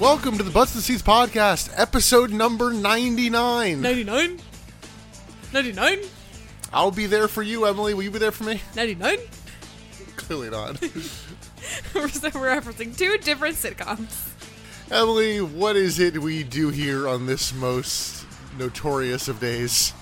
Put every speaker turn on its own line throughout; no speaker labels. Welcome to the Butts and Seats podcast, episode number 99.
99? 99?
I'll be there for you, Emily. Will you be there for me?
99?
Clearly not.
so we're referencing two different sitcoms.
Emily, what is it we do here on this most notorious of days?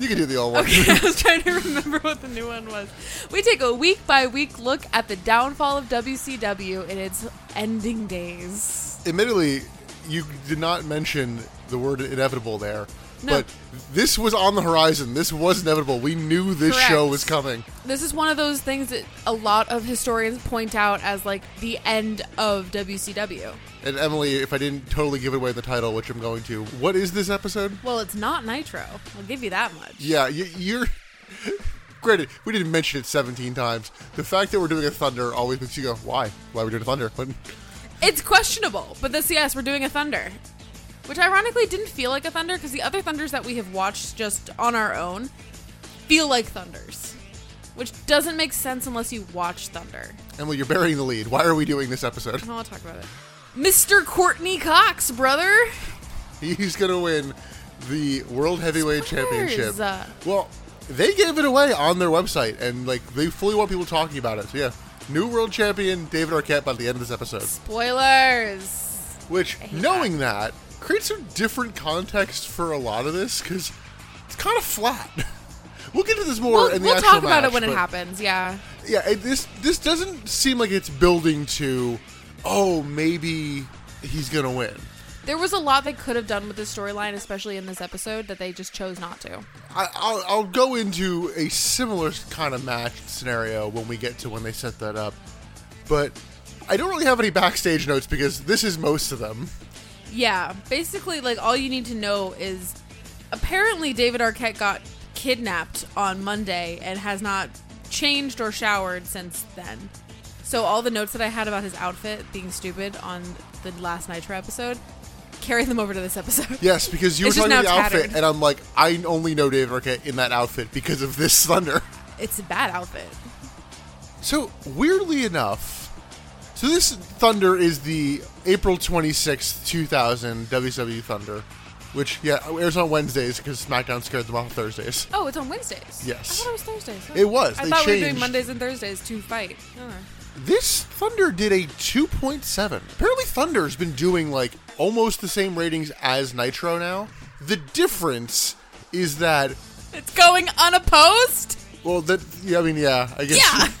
You can do the old one.
Okay, I was trying to remember what the new one was. We take a week by week look at the downfall of WCW in its ending days.
Admittedly, you did not mention the word inevitable there.
No.
But this was on the horizon. This was inevitable. We knew this
Correct.
show was coming.
This is one of those things that a lot of historians point out as like the end of WCW.
And Emily, if I didn't totally give away the title, which I'm going to, what is this episode?
Well, it's not Nitro. I'll give you that much.
Yeah, you, you're. Granted, we didn't mention it 17 times. The fact that we're doing a Thunder always makes you go, why? Why are we doing a Thunder? But
It's questionable, but this, yes, we're doing a Thunder. Which ironically didn't feel like a Thunder because the other Thunders that we have watched just on our own feel like Thunders. Which doesn't make sense unless you watch Thunder.
Emily, you're burying the lead. Why are we doing this episode?
I'll talk about it. Mr. Courtney Cox, brother.
He's going to win the World Heavyweight Championship.
Spurs, uh,
Well, they gave it away on their website, and like they fully want people talking about it. So yeah, new world champion David Arquette by the end of this episode.
Spoilers.
Which,
hate
knowing that. creates a different context for a lot of this because it's kind of flat. we'll get to this more
we'll
in the
we'll
actual
talk about
match,
it when it
but-
happens, yeah.
yeah, it, this this doesn't seem like it's building to. Oh, maybe he's gonna win.
There was a lot they could have done with this storyline, especially in this episode, that they just chose not to.
I, I'll, I'll go into a similar kind of match scenario when we get to when they set that up, but I don't really have any backstage notes because this is most of them.
Yeah, basically, like all you need to know is apparently David Arquette got kidnapped on Monday and has not changed or showered since then. So all the notes that I had about his outfit being stupid on the last Nitro episode, carry them over to this episode.
Yes, because you
It's
were
just
talking about the
now
outfit,
tattered.
and I'm like, I only know Dave Arquette in that outfit because of this Thunder.
It's a bad outfit.
So weirdly enough, so this Thunder is the April twenty sixth, two thousand WWE Thunder, which yeah airs on Wednesdays because SmackDown scared them off Thursdays.
Oh, it's on Wednesdays.
Yes.
I thought it was Thursdays.
It was.
I
They
thought we were
changed.
doing Mondays and Thursdays to fight. Oh.
This Thunder did a two point seven. Apparently, Thunder's been doing like almost the same ratings as Nitro now. The difference is that
It's going unopposed.
well, that yeah, I mean yeah, I guess
Yeah.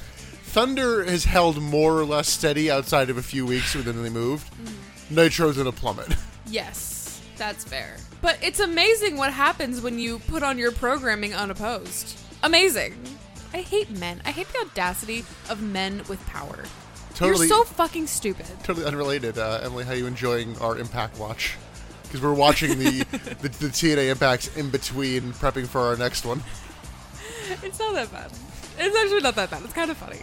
Thunder has held more or less steady outside of a few weeks within they moved. Nitro's in a plummet.
Yes, that's fair. But it's amazing what happens when you put on your programming unopposed. Amazing. I hate men. I hate the audacity of men with power.
Totally.
You're so fucking stupid.
totally unrelated. Uh, Emily, how are you enjoying our Impact watch? Because we're watching the, the the TNA Impacts in between prepping for our next one.
It's not that bad. It's actually not that bad. It's kind of funny.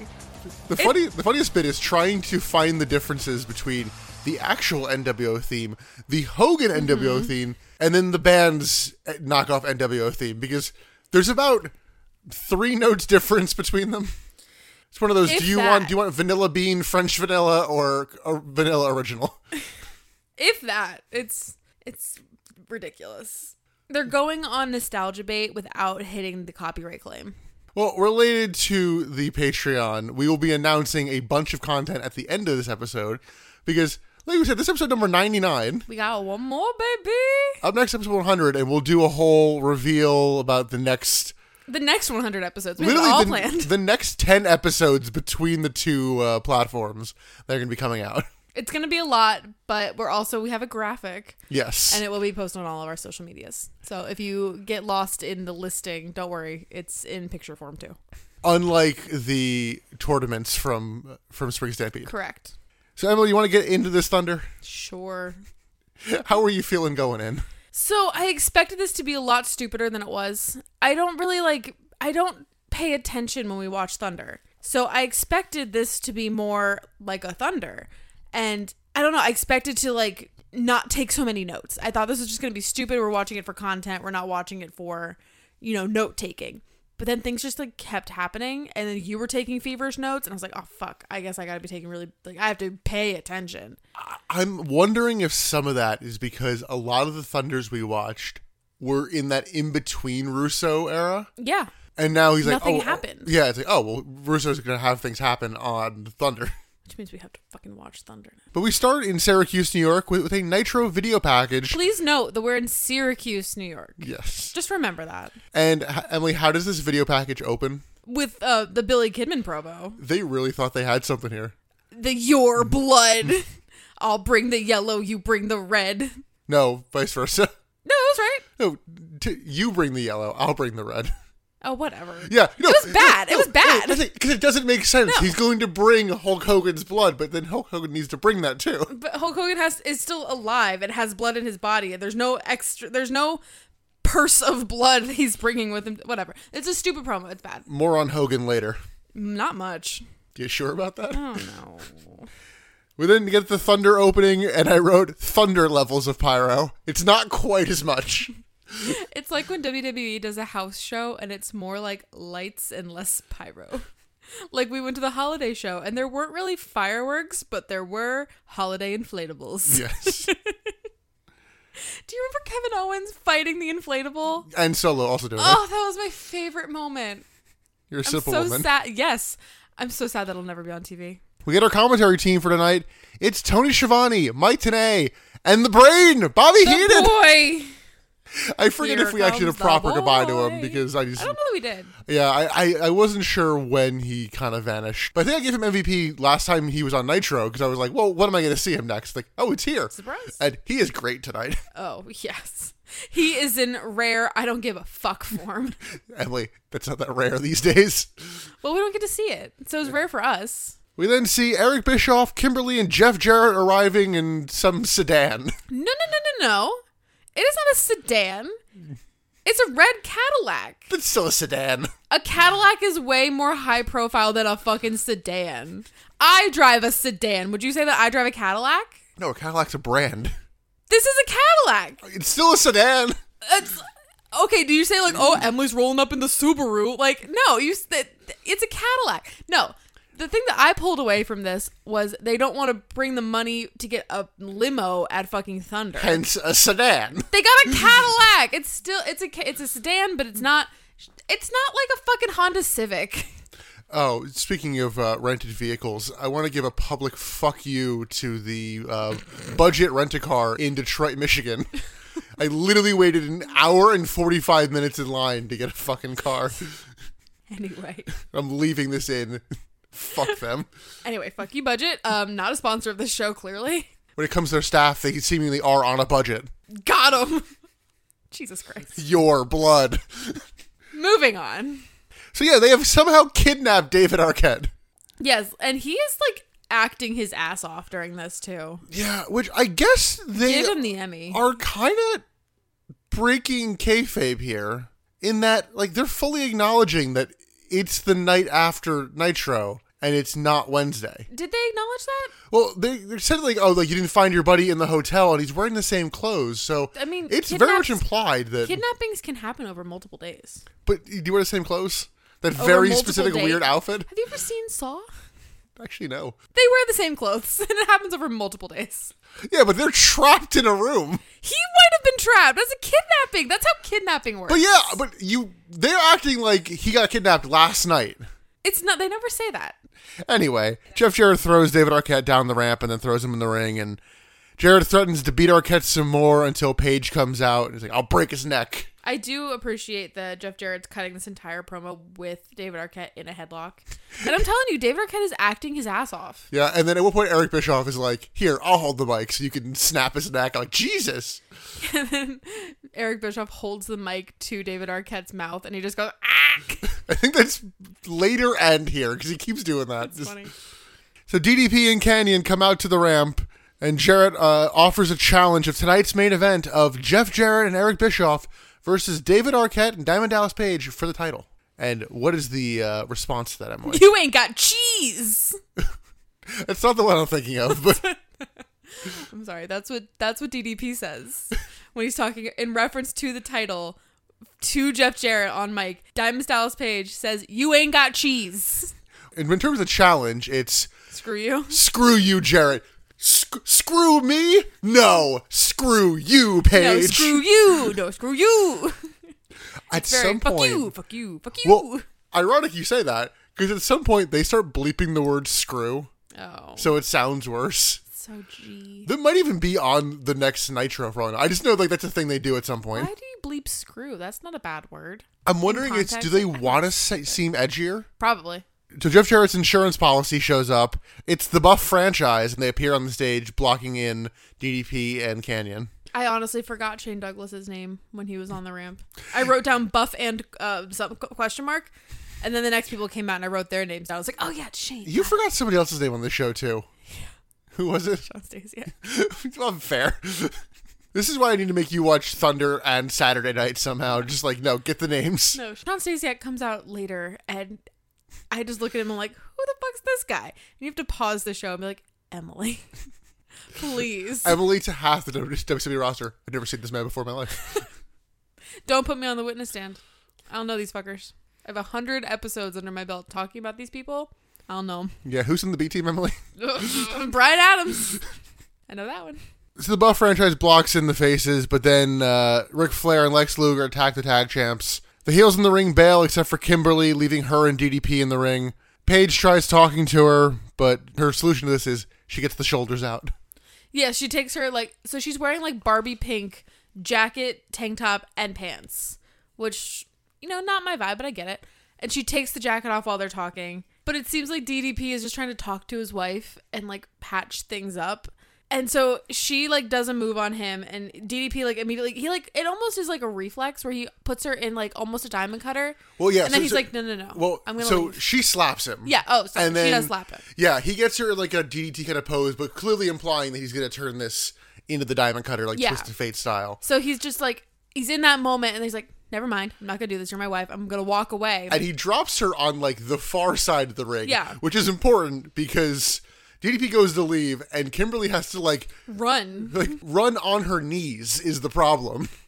The funny the funniest bit is trying to find the differences between the actual NWO theme, the Hogan
Mm-hmm.
NWO theme, and then the band's eh, knockoff NWO theme because there's about three notes difference between them. It's one of those.
If
do you
that.
want do you want vanilla bean, French vanilla, or, or vanilla original?
If that, it's it's ridiculous. They're going on nostalgia bait without hitting the copyright claim.
Well, related to the Patreon, we will be announcing a bunch of content at the end of this episode because, like we said, this is episode number 99.
We got one more, baby.
Up next, episode 100, and we'll do a whole reveal about the next.
The next 100 episodes. We have it all
Literally,
planned.
the, the next 10 episodes between the two uh, platforms that are going to be coming out.
It's gonna be a lot, but we're also we have a graphic
Yes.
and it will be posted on all of our social medias. So if you get lost in the listing, don't worry, it's in picture form too.
Unlike the tournaments from from Spring Stampede.
Correct.
So, Emily, you want to get into this Thunder?
Sure.
How are you feeling going in?
So I expected this to be a lot stupider than it was. I don't really like I don't pay attention when we watch Thunder. So I expected this to be more like a Thunder. And I don't know, I expected to like not take so many notes. I thought this was just going to be stupid. We're watching it for content. We're not watching it for, you know, note taking. But then things just like kept happening, and then you were taking feverish notes, and I was like, oh fuck, I guess I gotta be taking really like I have to pay attention.
I'm wondering if some of that is because a lot of the Thunders we watched were in that in between Russo era.
Yeah,
And now he's like,
Nothing
oh, oh,
happened.
yeah, it's like, oh, well, Russo's going to have things happen on Thunder.
which means we have to fucking watch Thunder. Now.
But we start in Syracuse, New York with, with a Nitro video package.
Please note that we're in Syracuse, New York.
Yes.
Just remember that
And h- Emily, how does this video package open?
with uh, the Billy Kidman promo,
They really thought they had something here.
the your blood. I'll bring the yellow, you bring the red. No, that
No, vice versa.
was right.
No, t- you bring the yellow, I'll bring the red.
Oh, whatever.
Yeah, no,
It was bad. It was bad.
because it doesn't make sense.
No.
He's going to bring Hulk Hogan's blood, but then Hulk Hogan needs to bring that too.
But Hulk Hogan has is still alive and has blood in his body. And there's no extra. There's no purse of blood he's bringing with him. Whatever. It's a stupid promo. It's bad.
More on Hogan later.
Not much.
You sure about that?
Oh no.
We then get the thunder opening, and I wrote thunder levels of pyro. It's not quite as much.
It's like when WWE does a house show and it's more like lights and less pyro. Like we went to the holiday show and there weren't really fireworks, but there were holiday inflatables.
Yes.
Do you remember Kevin Owens fighting the inflatable?
and Solo also doing it.
Oh, that was my favorite moment.
You're a
I'm
simple
so
woman.
sad. Yes, I'm so sad that'll never be on TV.
We get our commentary team for tonight. It's Tony Schiavone, Mike Tanay, and the brain, Bobby
The
Heenan.
Oh, boy.
I forget if
Here
we actually did
comes
a
the
proper goodbye to
boy.
him because I just
I don't know that we did.
Yeah, I, I, I wasn't sure when he kind of vanished. But I think I gave him MVP last time he was on Nitro because I was like, well, what am I going to see him next? Like, oh, it's here.
Surprise.
And he is great tonight.
Oh yes, he is in rare. I don't give a fuck form.
Emily, that's not that rare these days.
well, we don't get to see it, so it's rare for us.
We then see Eric Bischoff, Kimberly, and Jeff Jarrett arriving in some sedan.
No, no, no, no, no. It is not a sedan. It's a red Cadillac.
It's still a sedan.
A Cadillac is way more high profile than a fucking sedan. I drive a sedan. Would you say that I drive a Cadillac?
No, a Cadillac's a brand.
This is a Cadillac.
It's still a sedan.
It's, okay, do you say like, oh, Emily's rolling up in the Subaru? Like, no, you. s- that- It's a Cadillac. No, the thing that I pulled away from this was they don't want to bring the money to get a limo at fucking Thunder.
Hence a sedan.
They got a
Mm-hmm.
Cadillac. It's still it's a ca- it's a sedan, but it's not it's not like a fucking Honda Civic.
Oh, speaking of uh, rented vehicles, I want to give a public fuck you to the uh, budget rent a car in Detroit, Michigan. I literally waited an hour and 45 minutes in line to get a fucking car.
Anyway,
I'm leaving this in. fuck them.
anyway, fuck you, budget. Um, not a sponsor of this show, clearly.
When it comes to their staff, they seemingly are on a budget.
Got him. Jesus Christ.
Your blood.
Moving on.
So, yeah, they have somehow kidnapped David Arquette.
Yes, and he is like acting his ass off during this too.
Yeah, which I guess they
Give him the Emmy.
are kind of breaking kayfabe here in that like they're fully acknowledging that it's the night after Nitro and it's not Wednesday.
Did they acknowledge that?
Well, they they said like oh like you didn't find your buddy in the hotel and he's wearing the same clothes, so
I mean,
it's very much
kidnaps-
implied that.
Kidnappings can happen over multiple days.
but do you wear the same clothes? That
Over
very
multiple
specific
days.
weird outfit.
Have you ever seen Saw?
Actually, no.
They wear the same clothes, and it happens over multiple days.
Yeah, but they're trapped in a room.
He might have been trapped. That's a kidnapping. That's how kidnapping works.
But yeah, but you—they're acting like he got kidnapped last night.
it's not. They never say that.
Anyway, Jeff Jarrett throws David Arquette down the ramp and then throws him in the ring. And Jarrett threatens to beat Arquette some more until Paige comes out and he's like, "I'll break his neck."
I do appreciate that Jeff Jarrett's cutting this entire promo with David Arquette in a headlock, and I'm telling you, David Arquette is acting his ass off.
Yeah, and then at one point Eric Bischoff is like, "Here, I'll hold the mic so you can snap his neck." I'm like Jesus,
And then Eric Bischoff holds the mic to David Arquette's mouth, and he just goes, "Ah!"
I think that's later end here because he keeps doing that.
It's
Just-
funny.
So DDP and Canyon come out to the ramp, and Jarrett uh, offers a challenge of tonight's main event of Jeff Jarrett and Eric Bischoff versus David Arquette and Diamond Dallas Page for the title. And what is the uh, response to that, Emily?
You ain't got cheese.
That's not the one I'm thinking of, but
I'm sorry. That's what that's what DDP says when he's talking in reference to the title to Jeff Jarrett on mic. Diamond Styles Page says, "You ain't got cheese.
In, in terms of challenge, it's
Screw you."
screw you, Jarrett. Sc- screw me? No, screw you,
No,
Paige.
screw you. No, screw you.
At
Very
some
fuck
point,
you. Fuck you. Fuck you.
well, ironic you say that because at some point they start bleeping the word "screw,"
oh, so,
so it sounds worse.
G.
That might even be on the next Nitro for all I know. I just know like that's a thing they do at some point.
Why do you bleep screw? That's not a bad word.
I'm wondering, it's do
context,
they
I don't
want to se- seem edgier?
Probably.
So Jeff Jarrett's insurance policy shows up. It's the Buff franchise, and they appear on the stage, blocking in DDP and Canyon.
I honestly forgot Shane Douglas's name when he was on the ramp. I wrote down Buff and uh, some qu- question mark, and then the next people came out and I wrote their names down. I was like, oh yeah, it's Shane.
You forgot somebody else's name on the show too. Who was it?
John Stacey. Yeah.
Unfair. This is why I need to make you watch Thunder and Saturday Night somehow. Just like, no, get the names.
No, Sean Stasiak comes out later, and I just look at him and like, who the fuck's this guy? And you have to pause the show and be like, Emily, please
Emily to half the WWE roster. I've never seen this man before in my life.
don't put me on the witness stand. I don't know these fuckers. I have a hundred episodes under my belt talking about these people. I don't know
Yeah, who's in the B team, Emily?
'em. Brian Adams. I know that one.
So the Buff franchise blocks in the faces, but then uh, Ric Flair and Lex Luger attack the tag champs. The heels in the ring bail, except for Kimberly, leaving her and DDP in the ring. Paige tries talking to her, but her solution to this is she gets the shoulders out.
Yeah, she takes her like so she's wearing like Barbie pink jacket, tank top, and pants, which you know not my vibe, but I get it. And she takes the jacket off while they're talking. But it seems like DDP is just trying to talk to his wife and like patch things up. And so she like does a move on him, and DDP like immediately he like it almost is like a reflex where he puts her in like almost a diamond cutter.
Well, yeah,
and
so-
then he's
so-
like, no, no, no.
Well,
I'm gonna
so
leave."
she slaps him.
yeah. Oh, so
and then
she does slap him.
Yeah, he gets her in, like a DDT kind of pose, but clearly implying that he's going to turn this into the Diamond Cutter, like
Yeah.
Twisted Fate style.
So he's just like he's in that moment and he's like, Never mind, I'm not gonna do this, you're my wife, I'm gonna walk away.
and he drops her on like the far side of the ring.
Yeah.
Which is important because DDP goes to leave and Kimberly has to like
Run.
like run on her knees is the problem.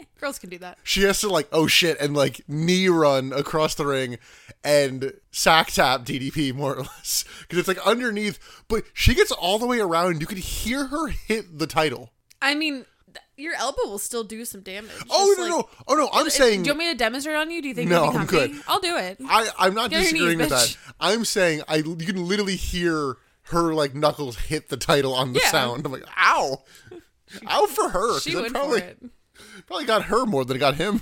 Eh, girls can do that.
She has to like oh shit and like knee run across the ring and sack tap DDP more or less because it's like underneath but she gets all the way around you can hear her hit the title.
I mean th- your elbow will still do some damage.
Oh
Just,
no
like-
no. Oh no, I'm
If-
saying
Do you want me to demonstrate on you? Do you think
No,
you'd be
I'm
comfy?
good.
I'll do it.
I, I'm not
Get on your
disagreeing with
knees,
that.
bitch.
I'm saying I you can literally hear her like knuckles hit the title on the
Yeah.
sound. I'm like, ow, ow for her. 'cause
she
that
went
probably
for it.
probably got her more than it got him.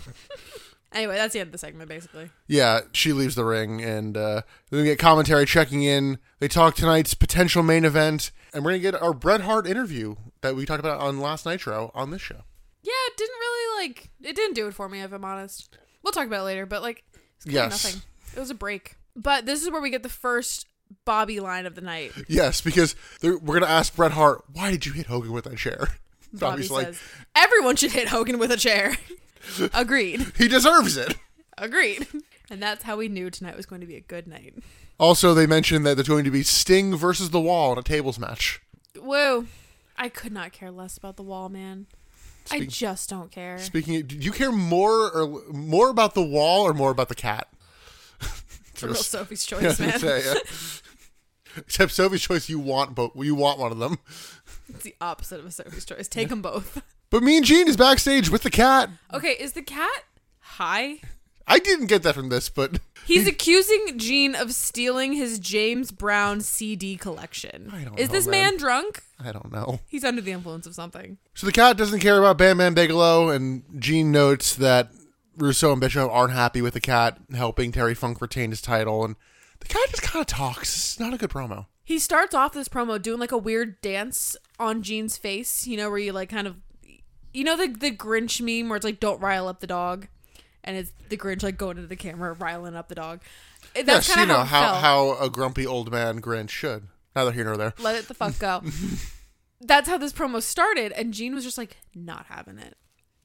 Anyway, that's the end of the segment basically.
Yeah, she leaves the ring, and uh, then we get commentary checking in. They talk tonight's potential main event, and we're gonna get our Bret Hart interview that we talked about on last Nitro on this show.
Yeah, it didn't really like it didn't do it for me if I'm honest. We'll talk about it later, but like it's kind
Yes.
nothing. It was a break. But this is where we get the first Bobby line of the night.
Yes, because they're- we're gonna ask Bret Hart why did you hit Hogan with that chair?
Bobby
Obviously,
says, "Everyone should hit Hogan with a chair." Agreed.
he deserves it.
Agreed. And that's how we knew tonight was going to be a good night.
Also, they mentioned that there's going to be Sting versus The Wall in a tables match.
Mm-hmm. Whoa. I could not care less about the wall, man. I
Speak-
just don't care.
Speaking, of, do you care more or more about The Wall or more about the cat?
It's a real Sophie's
Yeah, I was
choice,
gonna
man.
say, yeah. Except Sophie's choice, you want both. You want one of them.
It's the opposite of a Sophie's choice. Take them both.
But Mean Gene is backstage with the cat.
Okay, is the cat high?
I didn't get that from this, but
He's accusing Gene of stealing his James Brown CD collection.
I don't
is
know,
this
man.
man drunk?
I don't know.
He's under the influence of something.
So the cat doesn't care about Bam Bam Bigelow, and Gene notes that Russo and Bishop aren't happy with the cat helping Terry Funk retain his title, and the cat just kind of talks. It's not a good promo.
He starts off this promo doing like a weird dance on Gene's face, you know, where you like kind of, you know, the the Grinch meme where it's like, "Don't rile up the dog," and it's the Grinch like going into the camera, riling up the dog. It- That's
yes, you
kind of
know
how, it
how,
felt.
how a grumpy old man Grinch should. Neither here nor there.
Let it the fuck go. that's how this promo started, and Gene was just like not having it.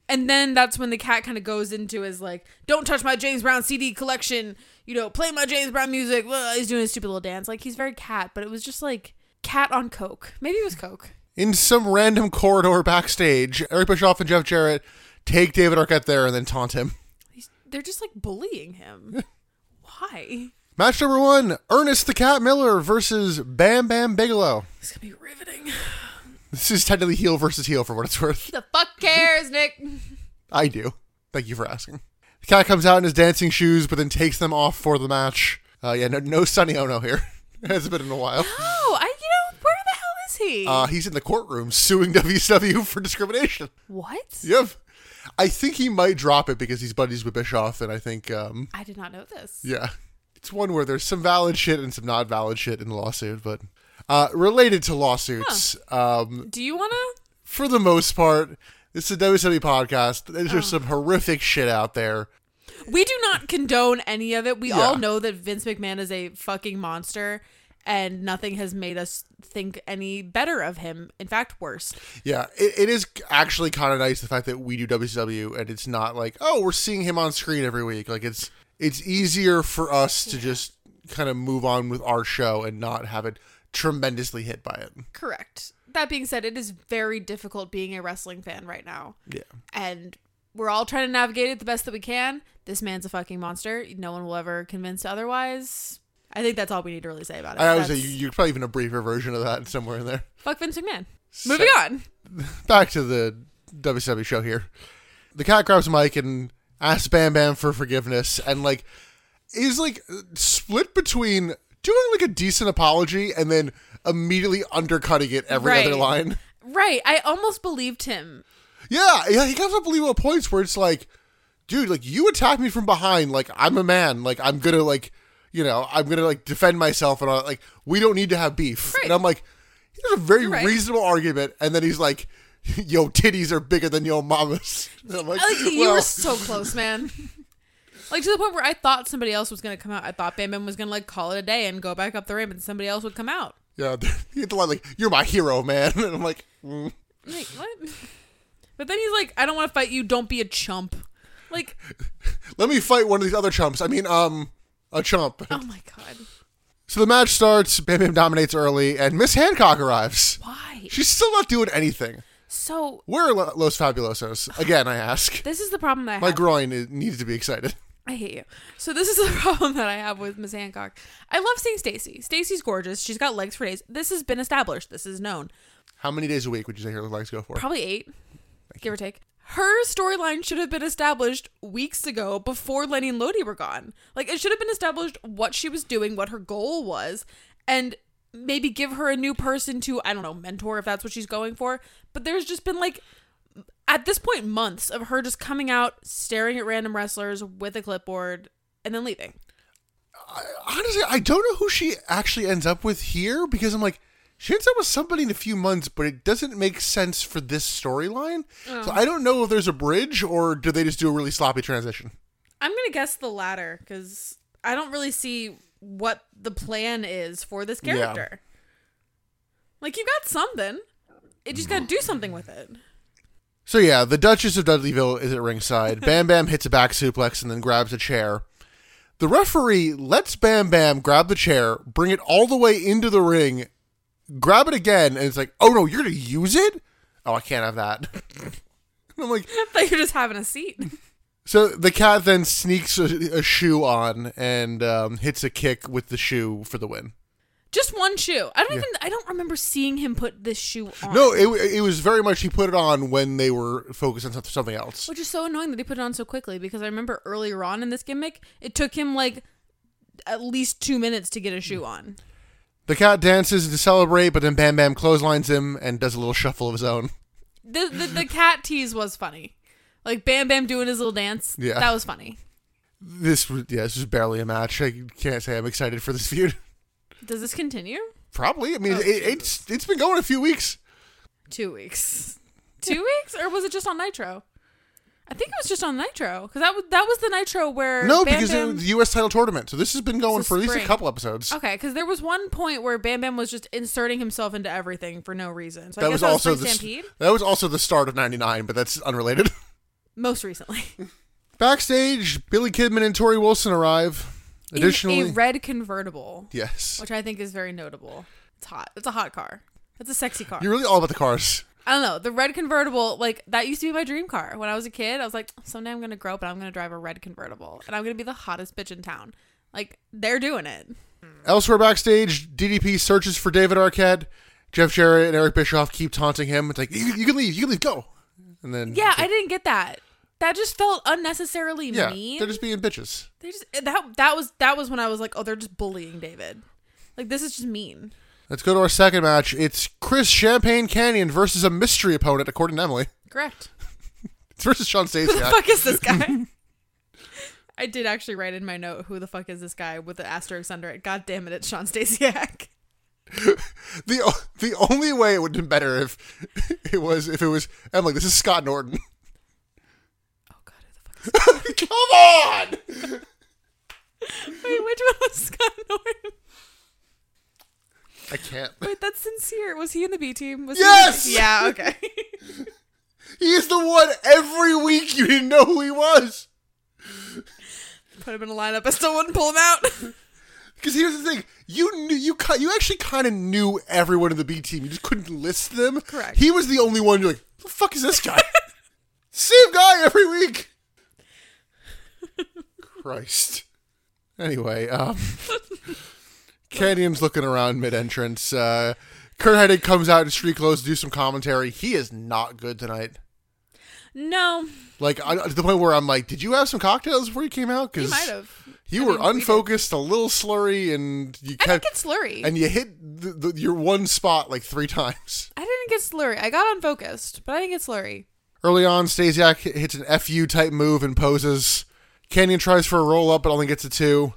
And then that's when the cat kind of goes into his like, "Don't touch my James Brown CD collection," you know, "Play my James Brown music." Well, he's doing his stupid little dance, like he's very cat, but it was just like cat on coke. Maybe it was coke.
In some random corridor backstage, Eric Bischoff and Jeff Jarrett take David Arquette there and then taunt him.
He they're just like bullying him. Why?
Match number one Ernest the Cat Miller versus Bam Bam Bigelow.
It's gonna be riveting.
This is technically heel versus heel for what it's worth.
The fuck cares, Nick?
I do. Thank you for asking. The cat comes out in his dancing shoes, but then takes them off for the match. Uh, yeah, no, no Sonny Ono here. it hasn't been in a while.
Oh, I you know where the hell is he?
Uh, he's in the courtroom suing WCW for discrimination.
what?
Yep. I think he might drop it because he's buddies with Bischoff, and I think, um,
I did not know this.
yeah, it's one where there's some valid shit and some not valid shit in the lawsuit, but uh, related to lawsuits, um,
Do you wanna?
for the most part, it's a WWE E podcast. There's just some horrific shit out there.
We do not condone any of it. We all
Yeah.
know that Vince McMahon is a fucking monster and nothing has made us think any better of him. In fact, worse.
Yeah, it, it is actually kind of nice the fact that we do WCW and it's not like oh we're seeing him on screen every week. Like it's it's easier for us to just kind of move on with our show and not have it tremendously hit by it.
Correct. That being said, it is very difficult being a wrestling fan right now.
Yeah,
And we're all trying to navigate it the best that we can. This man's a fucking monster. No one will ever convince otherwise. I think that's all we need to really say about it.
I would say
That's-
you, you could probably even a briefer version of that somewhere in there.
Fuck Vince McMahon. Moving on.
Back to the WCW show here. The cat grabs Mike and asks Bam Bam for forgiveness, and like is like split between doing like a decent apology and then immediately undercutting it every other
Right.
line.
Right. I almost believed him.
Yeah, yeah, he comes up believable points where it's like, dude, like you attack me from behind, like I'm a man, like I'm gonna like, you know, I'm gonna like defend myself and all. Like we don't need to have beef.
Right.
And I'm like, there's a very
right.
reasonable argument, and then he's like, yo, titties are bigger than yo mamas. And I'm like,
Like, you
well,
were so close, man. like to the point where I thought somebody else was gonna come out. I thought Bam Bam was gonna like call it a day and go back up the ramp, and somebody else would come out.
yeah, he had the line like, you're my hero, man. And I'm like, mm.
I'm like what? But then he's like, "I don't want to fight you. Don't be a chump." Like,
let me fight one of these other chumps. I mean, um, a chump.
oh my god,
So the match starts. Bam Bam dominates early, and Miss Hancock arrives.
why?
She's still not doing anything.
So
Where are Lo- Los Fabulosos? Again, I ask.
this is the problem that I
My
have.
groin is, needs to be excited.
I hate you. So this is the problem that I have with Miss Hancock. I love seeing Stacy. Stacy's gorgeous. She's got legs for days. This has been established. This is known.
How many days a week would you say her legs go for?
probably eight, give or take. Her storyline should have been established weeks ago before Lenny and Lodi were gone. Like it should have been established what she was doing, what her goal was, and maybe give her a new person to I don't know mentor if that's what she's going for. But there's just been like at this point months of her just coming out, staring at random wrestlers with a clipboard, and then leaving.
Honestly, I don't know who she actually ends up with here because I'm like, she ends up with somebody in a few months, but it doesn't make sense for this storyline. So I don't know if there's a bridge or do they just do a really sloppy transition?
I'm gonna guess the latter because I don't really see what the plan is for this
Yeah.
character. Like you got something, it just gotta do something with it.
So yeah, the Duchess of Dudleyville is at ringside. Bam Bam hits a back suplex and then grabs a chair. The referee lets Bam Bam grab the chair, bring it all the way into the ring, grab it again, and it's like, oh no, you're gonna use it? Oh, I can't have that. And I'm like,
I thought you were just having a seat.
so the cat then sneaks a, a shoe on and um, hits a kick with the shoe for the win.
Just one shoe. I don't even. I don't remember seeing him put this shoe on.
No, it, it was very much he put it on when they were focused on something- something else.
which is so annoying that he put it on so quickly because I remember earlier on in this gimmick, it took him like at least two minutes to get a shoe on.
The cat dances to celebrate, but then Bam Bam clotheslines him and does a little shuffle of his own.
The the, the cat tease was funny. Like Bam Bam doing his little dance.
Yeah.
That was funny.
This was yeah, this was barely a match. I can't say I'm excited for this feud.
Does this continue?
Probably. I mean,
Oh,
it, it's it's been going a few weeks.
Two weeks. Two weeks, or was it just on Nitro? I think it was just on Nitro because that was that was the Nitro where
No,
Er, Bam
because it
Bam-
was the U.S. title tournament, so this has been going
So
for at least a
spring.
couple episodes.
okay, because there was one point where Bam Bam was just inserting himself into everything for no reason. So I
that
guess
was
that was
also
Spring
the s-
Stampede
that was also the start of '99, but that's unrelated.
most recently.
Backstage, Billy Kidman and Tori Wilson arrive. Additionally,
in a red convertible,
yes,
which I think is very notable. It's hot. It's a hot car. It's a sexy car.
you're really all about the cars.
I don't know. The red convertible, like that used to be my dream car. When I was a kid, I was like, someday I'm gonna grow up and I'm gonna drive a red convertible and I'm gonna be the hottest bitch in town. Like they're doing it.
Elsewhere backstage, DDP searches for David Arquette. Jeff Jarrett and Eric Bischoff keep taunting him. It's like, you, you can leave, you can leave, go. And then,
Yeah, I didn't get that. That just felt unnecessarily
yeah,
mean.
they're just being bitches.
They just that that was that was when I was like, oh, they're just bullying David. Like this is just mean.
Let's go to our second match. It's Chris Champagne Canyon versus a mystery opponent, according to Emily.
Correct.
It's versus Sean Stacey.
Who the fuck is this guy? I did actually write in my note, who the fuck is this guy with the asterisk under it? God damn it, it's Sean Stasiak.
the o- the only way it would have been better if it was if it was Emily. This is Scott Norton.
Oh god, who the fuck is this?
Come on.
Wait, which one was Scott Norton?
I can't.
Wait, that's sincere. Was he in the B team? Was
Yes!
He in the- yeah, okay.
He is the one every week you didn't know who he was.
Put him in a lineup, I still wouldn't pull him out.
Because here's the thing, you knew you ki- you actually kind of knew everyone in the B team. You just couldn't list them.
Correct.
He was the only one. You're like, the fuck is this guy? Same guy every week. Christ. Anyway, um, Canyon's looking around mid-entrance. Uh, Kurt Hennig comes out in street clothes to do some commentary. He is not good tonight.
no.
Like I, to the point where I'm like, did you have some cocktails before you came out?
He
Because
might have.
You
I
were
mean, we did.
unfocused, a little slurry, and you
I didn't
kept
get slurry.
and you hit the, the, your one spot like three times.
I didn't get slurry. I got unfocused, but I didn't get slurry.
Early on, Stasiak h- hits an FU type move and poses. Canyon tries for a roll up, but only gets a two.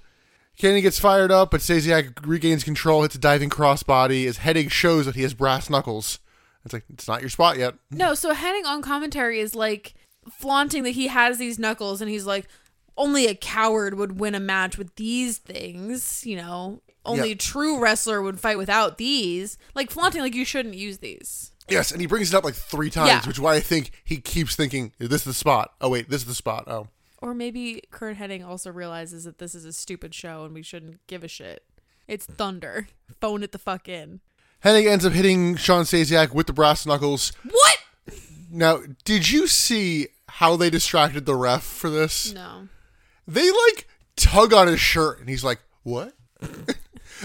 Canyon gets fired up, but Stasiak regains control, hits a diving crossbody. His heading shows that he has brass knuckles. It's like, it's not your spot yet.
No, so Henning on commentary is like flaunting that he has these knuckles and he's like, only a coward would win a match with these things, you know. Only
Yeah.
a true wrestler would fight without these. Like flaunting like you shouldn't use these.
Yes, and he brings it up like three times,
Yeah.
which is why I think he keeps thinking, this is the spot. Oh, wait, this is the spot. Oh.
Or maybe Kurt Henning also realizes that this is a stupid show and we shouldn't give a shit. It's thunder. Phone it the fuck in.
Hennig ends up hitting Sean Stasiak with the brass knuckles.
What?
Now, did you see how they distracted the ref for this?
No.
They like tug on his shirt, and he's like, "What?"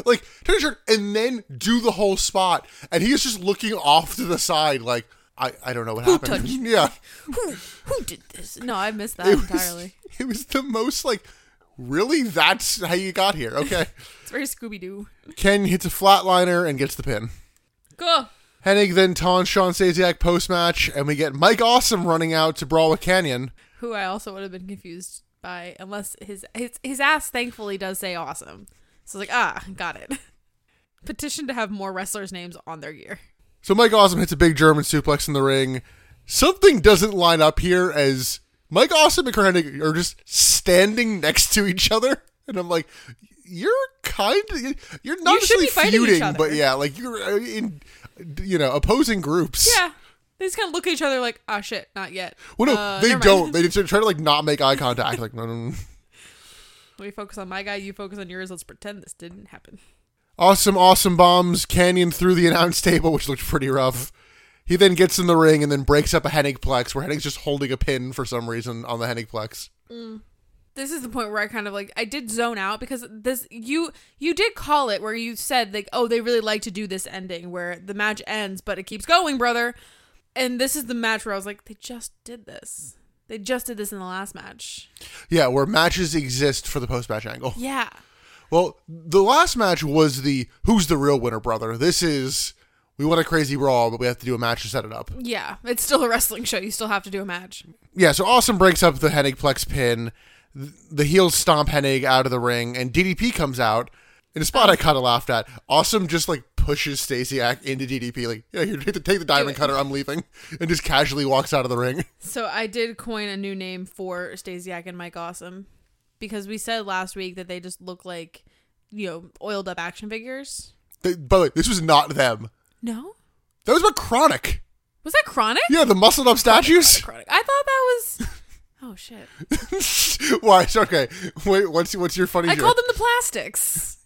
like tug his shirt, and then do the whole spot, and he's just looking off to the side, like, "I, I don't know what happened."
touched
yeah,
Who who did this? No, I missed that
it was
entirely.
it was the most like, really, that's how you got here. Okay,
It's very Scooby Doo.
Ken hits a flatliner and gets the pin.
Go.
Hennig then taunts Sean Stasiak post match, and we get Mike Awesome running out to brawl with Canyon.
who I also would have been confused by, unless his his his ass thankfully does say awesome. So it's like, ah, got it. Petition to have more wrestlers' names on their gear.
So Mike Awesome hits a big German suplex in the ring. Something doesn't line up here as Mike Awesome and Kurt Hennig are just standing next to each other, and I'm like, you're kind of you're not
You should
actually
be fighting each
feuding,
other.
but yeah, like you're uh, in you know opposing groups.
Yeah, they just kind of look at each other like, ah, shit, not yet.
Well, no,
Uh,
they
never mind.
don't. They just try to like not make eye contact. Like, no, no, no.
We focus on my guy, you focus on yours. Let's pretend this didn't happen.
Awesome, awesome bombs Canyon through the announce table, which looked pretty rough. He then gets in the ring and then breaks up a Hennig Plex, where Hennig's just holding a pin for some reason on the Hennig Plex.
This is the point where I kind of like I did zone out because this you you did call it where you said like oh they really like to do this ending where the match ends but it keeps going brother, and this is the match where I was like they just did this they just did this in the last match
Yeah, where matches exist for the post match angle.
Yeah.
Well, the last match was the who's the real winner, brother. This is we want a crazy brawl, but we have to do a match to set it up.
Yeah. It's still a wrestling show. You still have to do a match.
Yeah, so Awesome breaks up the Hennig Plex pin. Th- The heels stomp Hennig out of the ring, and DDP comes out. In a spot I kind of laughed at, Awesome just like pushes Stasiak into DDP, like, yeah, here, take the, take the diamond
it.
cutter, I'm leaving, and just casually walks out of the ring.
So I did coin a new name for Stasiak and Mike Awesome because we said last week that they just look like, you know, oiled up action figures.
They, by the way, this was not them.
No?
That was about Chronic.
Was that Chronic?
Yeah, the muscled up statues.
Chronic. I thought that was. Oh, shit.
Why? It's okay. Wait, what's what's your funny
I
joke?
called them the Plastics.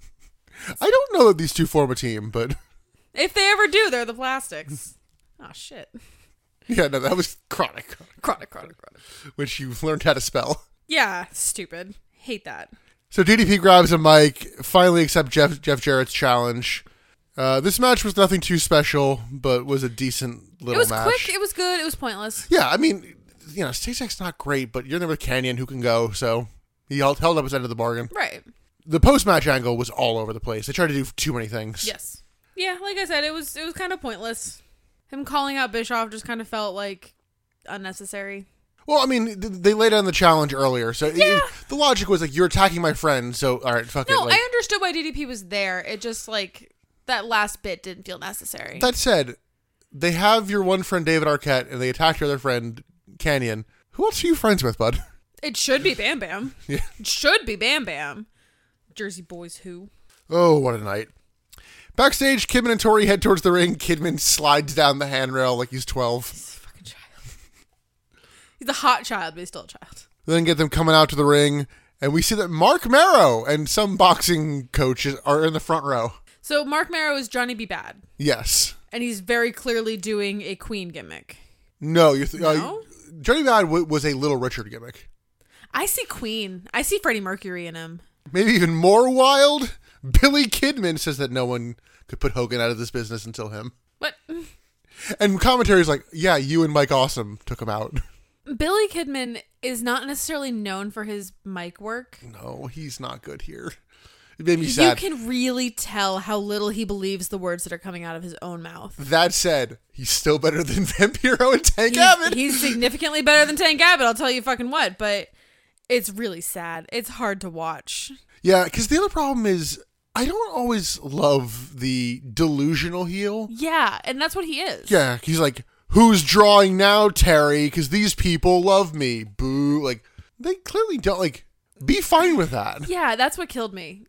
I don't know that these two form a team, but
If they ever do, they're the Plastics. Oh shit.
Yeah, no, that was chronic,
Chronic, chronic, chronic.
when she learned how to spell.
Yeah, stupid. Hate that.
So DDP grabs a mic, finally accepts Jeff Jeff Jarrett's challenge. Uh, this match was nothing too special, but was a decent little
It was
match.
quick. It was good. It was pointless.
yeah, I mean, you know, Stacek's not great, but you're there with Canyon who can go, so he held, held up his end of the bargain.
Right.
The post match angle was all over the place. They tried to do too many things.
Yes. Yeah, like I said, it was it was kind of pointless. Him calling out Bischoff just kind of felt like unnecessary.
Well, I mean, th- they laid down the challenge earlier, so it-
Yeah.
the logic was like you're attacking my friend, so all right, fuck
No,
it. Like,
I understood why DDP was there. It just like that last bit didn't feel necessary.
That said, they have your one friend David Arquette, and they attack your other friend Canyon. Who else are you friends with, bud?
it should be Bam Bam.
Yeah.
It should be Bam Bam. Jersey boys who?
Oh, what a night. Backstage, Kidman and Tori head towards the ring. Kidman slides down the handrail like he's 12.
He's a fucking child. He's a hot child, but he's still a child.
Then get them coming out to the ring, and we see that Mark Marrow and some boxing coaches are in the front row.
So Mark Marrow is Johnny B. Bad,
Yes.
and he's very clearly doing a Queen gimmick.
No, you're th-
No?
Uh, Johnny Bad w- was a Little Richard gimmick.
I see Queen. I see Freddie Mercury in him.
Maybe even more wild. Billy Kidman says that no one could put Hogan out of this business until him.
What?
And commentary's like, yeah, you and Mike Awesome took him out.
Billy Kidman is not necessarily known for his mic work.
No, he's not good here. It made me
You
sad.
can really tell how little he believes the words that are coming out of his own mouth.
that said, he's still better than Vampiro and Tank
He's,
Abbott.
he's significantly better than Tank Abbott, I'll tell you fucking what, but it's really sad. It's hard to watch.
yeah, because the other problem is I don't always love the delusional heel.
Yeah, and that's what he is.
Yeah, he's like, who's drawing now, Terry? Because these people love me. Boo. Like, they clearly don't. Like, be fine with that.
Yeah, that's what killed me.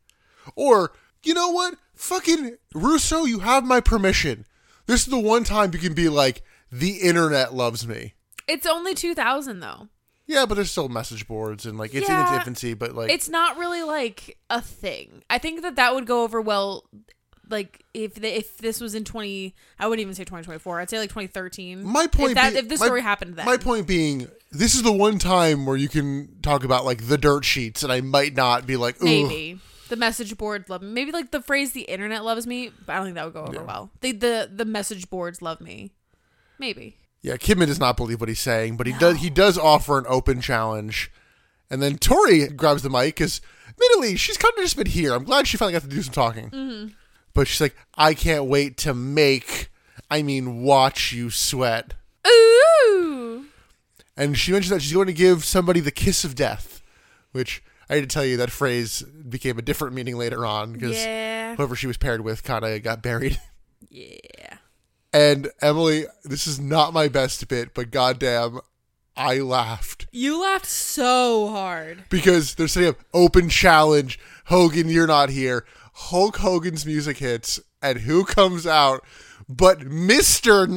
Or, you know what? Fucking Russo, you have my permission. This is the one time you can be like, the internet loves me.
It's only 2000 though.
Yeah, but there's still message boards and like it's in
Yeah.
its infancy, but like
It's not really like a thing. I think that that would go over well like if the, if this was in 20 I wouldn't even say 2024. I'd say like 2013.
my point
if, that,
be-
if this
my-
story happened then.
My point being, this is the one time where you can talk about like the dirt sheets and I might not be like, ooh.
maybe the message board love me. Maybe like the phrase "the internet loves me." But I don't think that would go over well. The the the message boards love me. Maybe
Yeah, Kidman does not believe what he's saying, but he does he does offer an open challenge. And then Tori grabs the mic because admittedly she's kind of just been here. I'm glad she finally got to do some talking. But she's like, I can't wait to make, I mean, watch you sweat.
ooh,
And she mentions that she's going to give somebody the kiss of death, which I had to tell you that phrase became a different meaning later on because
yeah,
whoever she was paired with kind of got buried.
yeah.
And Emily, this is not my best bit, but goddamn, I laughed
You laughed so hard.
because they're setting up open challenge. Hogan, you're not here. Hulk Hogan's music hits, and who comes out but Mr.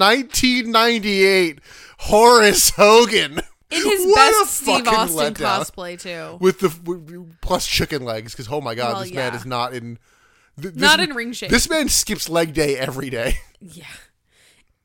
1998 Horace Hogan?
In his
What a
best Steve
fucking
Austin
letdown.
cosplay too.
with the w- plus chicken legs because oh my god
Well,
this man
yeah.
is not in th- this,
Not in ring shape.
this man skips leg day every day
Yeah.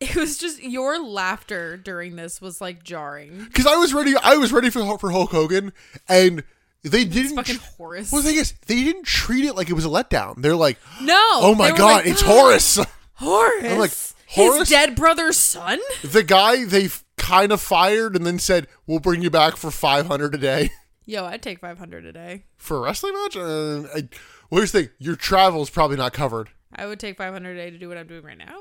It was just your laughter during this was like jarring.
because i was ready i was ready for, for hulk hogan and they didn't
Fucking
tr-
Horace.
well the thing is they didn't treat it like it was a letdown they're like
no.
oh my
they were
god
like, "Ah."
it's horace
Horace.
I'm like,
His
Horace?
dead brother's son.
the guy they kind of fired and then said we'll bring you back for 500 a day
Yo, I'd take five hundred a day.
for a wrestling match uh, I, well here's the thing your travel's probably not covered
I would take 500 a day to do what I'm doing right now.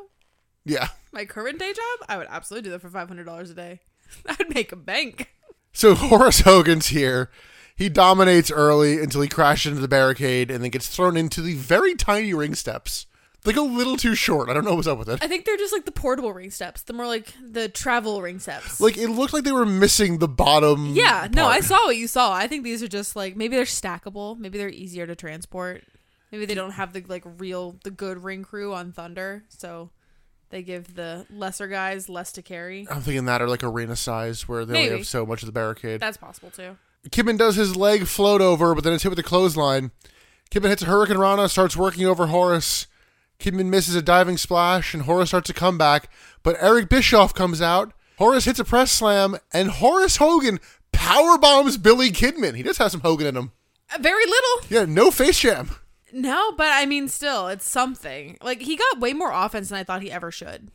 yeah
My current day job, I would absolutely do that for $500 a day. I'd make a bank.
So Horace Hogan's here. He dominates early until he crashes into the barricade and then gets thrown into the very tiny ring steps. Like a little too short. I don't know what's up with it.
I think they're just like the portable ring steps. The more like the travel ring steps.
Like it looked like they were missing the bottom.
yeah, no, I
part.
saw what you saw. I think these are just like maybe they're stackable. Maybe they're easier to transport. Maybe they don't have the like real the good ring crew on Thunder, so they give the lesser guys less to carry.
I'm thinking that or like arena size where they
Maybe.
only have so much of the barricade.
That's possible too.
Kidman does his leg float over, but then it's hit with a clothesline. Kidman hits a Hurricane Rana, starts working over Horace. Kidman misses a diving splash, and Horace starts a comeback, but Eric Bischoff comes out. Horace hits a press slam, and Horace Hogan power bombs Billy Kidman. He does have some Hogan in him.
Uh, Very little.
Yeah, no face jam.
No, but I mean, still, it's something. Like, he got way more offense than I thought he ever should.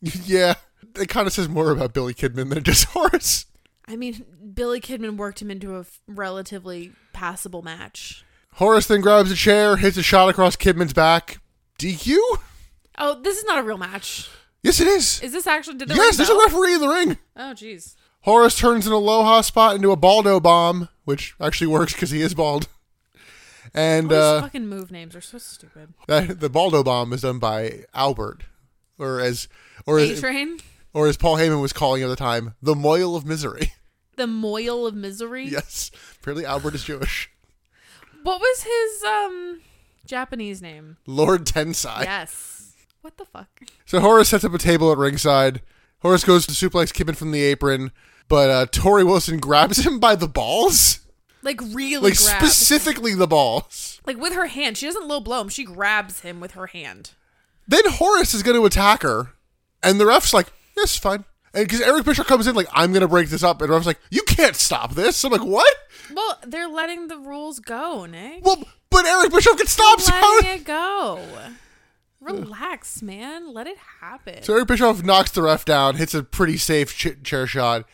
yeah, it kind of says more about Billy Kidman than it does Horace.
I mean, Billy Kidman worked him into a f- relatively passable match.
Horace then grabs a chair, hits a shot across Kidman's back. DQ?
Oh, this is not a real match.
Yes, it is.
Is this actually? Did the
yes,
ring
there's a
bell?
referee in the ring.
Oh, jeez.
Horace turns an Aloha spot into a Baldo bomb, which actually works because he is bald. And
All these
uh,
fucking move names are so stupid.
that, the Baldo bomb is done by Albert, or as or
A
as,
Train,
or as Paul Heyman was calling it at the time, the Moil of Misery.
the Moil of Misery.
yes, apparently Albert is Jewish.
What was his um Japanese name?
Lord Tensai.
yes. What the fuck?
So Horace sets up a table at ringside. Horace goes to suplex Kidman from the apron, but uh, Tori Wilson grabs him by the balls,
Like really
like
grabs.
specifically the balls.
like with her hand. She doesn't low blow him. She grabs him with her hand.
Then Horace is going to attack her, and the ref's like, "Yes, fine." And because Eric Bischoff comes in like, "I'm going to break this up," and the ref's like, "You can't stop this." I'm like, "What?"
Well, they're letting the rules go, Nick.
Well, but Eric Bischoff can stop. So,
letting it go. Relax, man. Let it happen.
so Eric Bischoff knocks the ref down, hits a pretty safe ch- chair shot.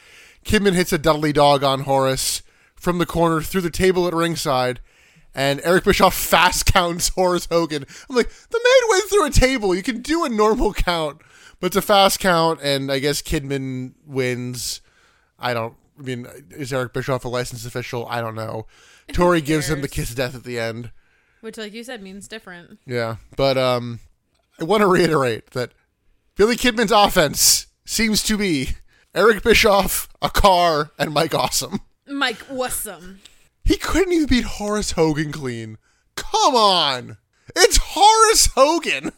Kidman hits a Dudley dog on Horace from the corner through the table at ringside. And Eric Bischoff fast counts Horace Hogan. I'm like, the man went through a table. You can do a normal count, but it's a fast count, and I guess Kidman wins. I don't. I mean, is Eric Bischoff a licensed official? I don't know. Tori gives him the kiss of death at the end.
Which, like you said, means different.
Yeah, but um, I want to reiterate that Billy Kidman's offense seems to be Eric Bischoff, a car, and Mike Awesome.
Mike, awesome.
He couldn't even beat Horace Hogan clean. Come on, it's Horace Hogan.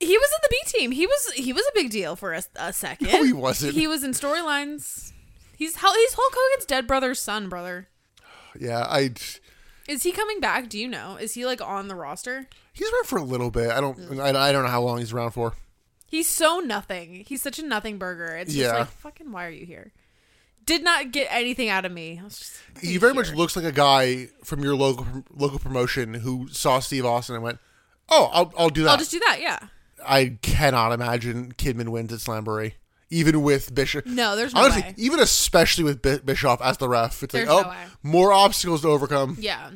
He was in the B team. He was he was a big deal for a, a second.
No, he wasn't.
He was in storylines. He's Hul- he's Hulk Hogan's dead brother's son, brother.
Yeah, I.
Is he coming back? Do you know? Is he like on the roster?
He's around for a little bit. I don't. I, I don't know how long he's around for.
He's so nothing. He's such a nothing burger. It's just
Yeah.
like fucking. Why are you here? Did not get anything out of me. I was just
He very
here.
much looks like a guy from your local local promotion who saw Steve Austin and went, "Oh, I'll, I'll do that."
I'll just do that. Yeah.
I cannot imagine Kidman wins at Slamboree, even with Bishop.
No, there's no
honestly,
way.
even especially with Bi- Bischoff as the ref, it's
There's
like, oh,
no way.
more obstacles to overcome.
Yeah.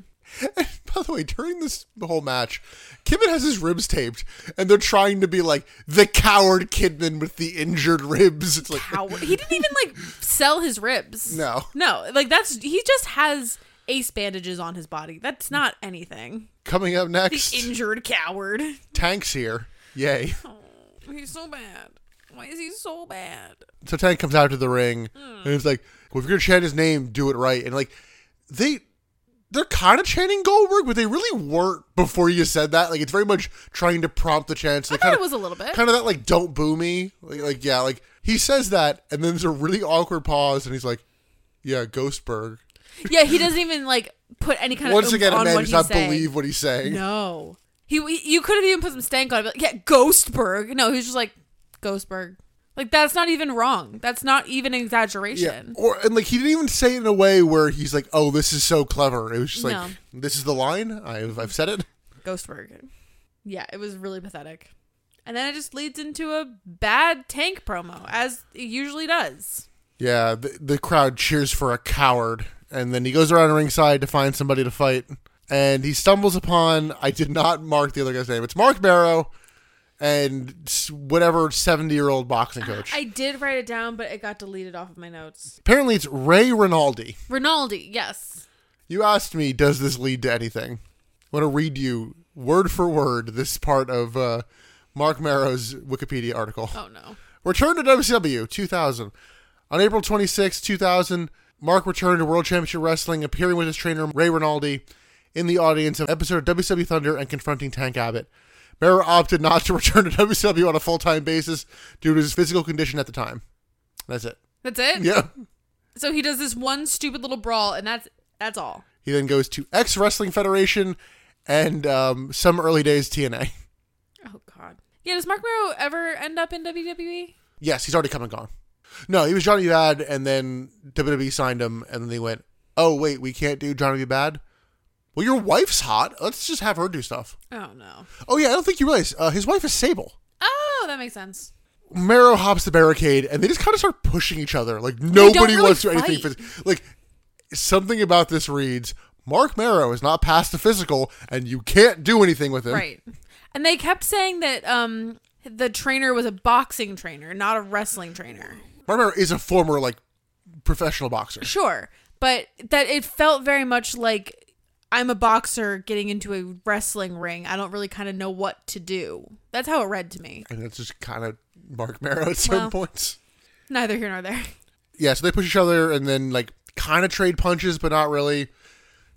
By the way, during this the whole match, Kidman has his ribs taped, and they're trying to be like the coward Kidman with the injured ribs. It's like,
Coward. he didn't even like sell his ribs.
No.
No. Like that's he just has ace bandages on his body. That's not anything.
coming up
The
next,
injured coward.
Tank's here. Yay.
Oh, he's so bad. Why is he so bad?
So Tank comes out to the ring
Hmm.
and he's like, well, if you're gonna chant his name, do it right. And like they they're kind of chanting Goldberg, but they really weren't before you said that. Like it's very much trying to prompt the chance. They
I thought
kind
it
of
was a little bit.
kind of that like don't boo me. Like, like yeah, like he says that and then there's a really awkward pause and he's like, Yeah, Ghostberg.
yeah, he doesn't even like put any kind
Once
of oomph
again, a
on
man
what
does
he's
not
saying.
believe what he's saying.
No, he, he- you could have even put some stank on it. But yeah, Ghostberg. No, he was just like Ghostberg. Like that's not even wrong. That's not even an
Yeah.
exaggeration.
Or and like he didn't even say it in a way where he's like, Oh, this is so clever. It was just like
No.
this is the line. I've I've said it.
Ghostberg. Yeah, it was really pathetic. And then it just leads into a bad tank promo, as it usually does.
Yeah, the, the crowd cheers for a coward, and then he goes around ringside to find somebody to fight, and he stumbles upon. I did not mark the other guy's name. It's Mark Barrow, and s- whatever seventy-year-old boxing coach.
I did write it down, but it got deleted off of my notes.
Apparently, it's Ray Rinaldi.
Rinaldi, yes.
You asked me, does this lead to anything? I want to read you word for word this part of uh, Mark Barrow's Wikipedia article.
Oh no.
Return to WCW 2000. On April 26, 2000, Mark returned to World Championship Wrestling, appearing with his trainer Ray Rinaldi in the audience of episode of WCW Thunder and confronting Tank Abbott. Barrow opted not to return to WCW on a full time basis due to his physical condition at the time. That's it.
That's it.
Yeah.
So he does this one stupid little brawl, and that's that's all.
He then goes to X Wrestling Federation and um, some early days TNA.
Oh God. Yeah, does Mark Merrow ever end up in E? WWE?
Yes, he's already come and gone. No, he was Johnny B. Bad, and then WWE signed him, and then they went, "Oh wait, we can't do Johnny B. Bad." Well, your wife's hot. Let's just have her do stuff.
Oh no.
Oh yeah, I don't think you realize uh, his wife is Sable.
Oh, that makes sense.
Marrow hops the barricade, and they just kind of start pushing each other. Like nobody
really
wants to do anything.
fight.
phys- like something about this reads: Mark Marrow is not past the physical, and you can't do anything with him.
Right. And they kept saying that um the trainer was a boxing trainer, not a wrestling trainer.
Mark Marrow is a former like professional boxer.
Sure. But that it felt very much like I'm a boxer getting into a wrestling ring. I don't really kind of know what to do. That's how it read to me.
And that's just kind of Mark Marrow at
Well.
some points.
Neither here nor there.
Yeah, so they push each other and then like kind of trade punches, but not really.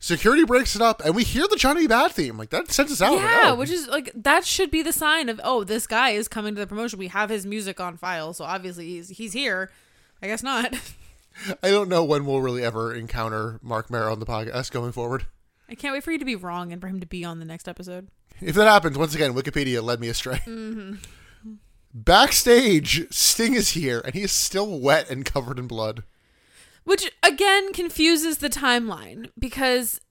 Security breaks it up, and we hear the Johnny Bad theme. Like that sends us out. Like,
Yeah,
oh,
which is like that should be the sign of oh, this guy is coming to the promotion. We have his music on file, so obviously he's he's here. I guess not.
I don't know when we'll really ever encounter Mark Merrow on the podcast going forward.
I can't wait for you to be wrong and for him to be on the next episode.
If that happens, once again, Wikipedia led me astray.
Mm-hmm.
Backstage, Sting is here, and he is still wet and covered in blood.
Which again confuses the timeline because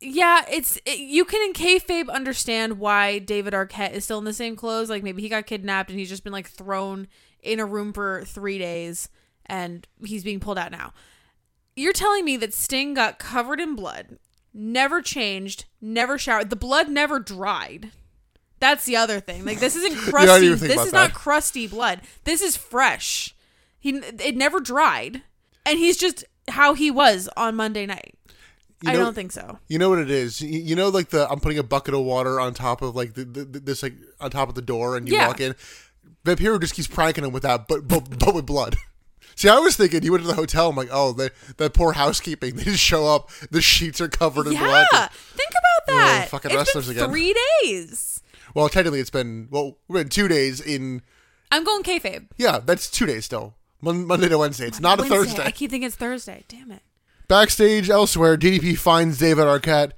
yeah, it's it, you can in kayfabe understand why David Arquette is still in the same clothes. Like maybe he got kidnapped and he's just been like thrown in a room for three days and he's being pulled out now. You're telling me that Sting got covered in blood, never changed, never showered. The blood never dried. That's the other thing. Like this isn't crusty.
didn't even think
this
about
is
that.
not crusty blood. This is fresh. He it never dried, and he's just how he was on Monday night.
You
I
know-
don't think so.
You know what it is. You- You know, like the I'm putting a bucket of water on top of like the, the, this like on top of the door, and you
Yeah.
walk in. Vampiro just keeps pranking him with that, but but, but with blood. See, I was thinking he went to the hotel. I'm like, oh, the that poor housekeeping. They just show up. The sheets are covered in
Yeah,
blood.
think about that.
fucking
It's been
wrestlers again.
Three days.
Well, technically, it's been well, we're in two days. In
I'm going kayfabe.
yeah, that's two days still. Mon- Monday to Wednesday. It's not a
Wednesday.
Thursday.
I keep thinking it's Thursday. Damn it.
Backstage elsewhere, DDP finds David Arquette,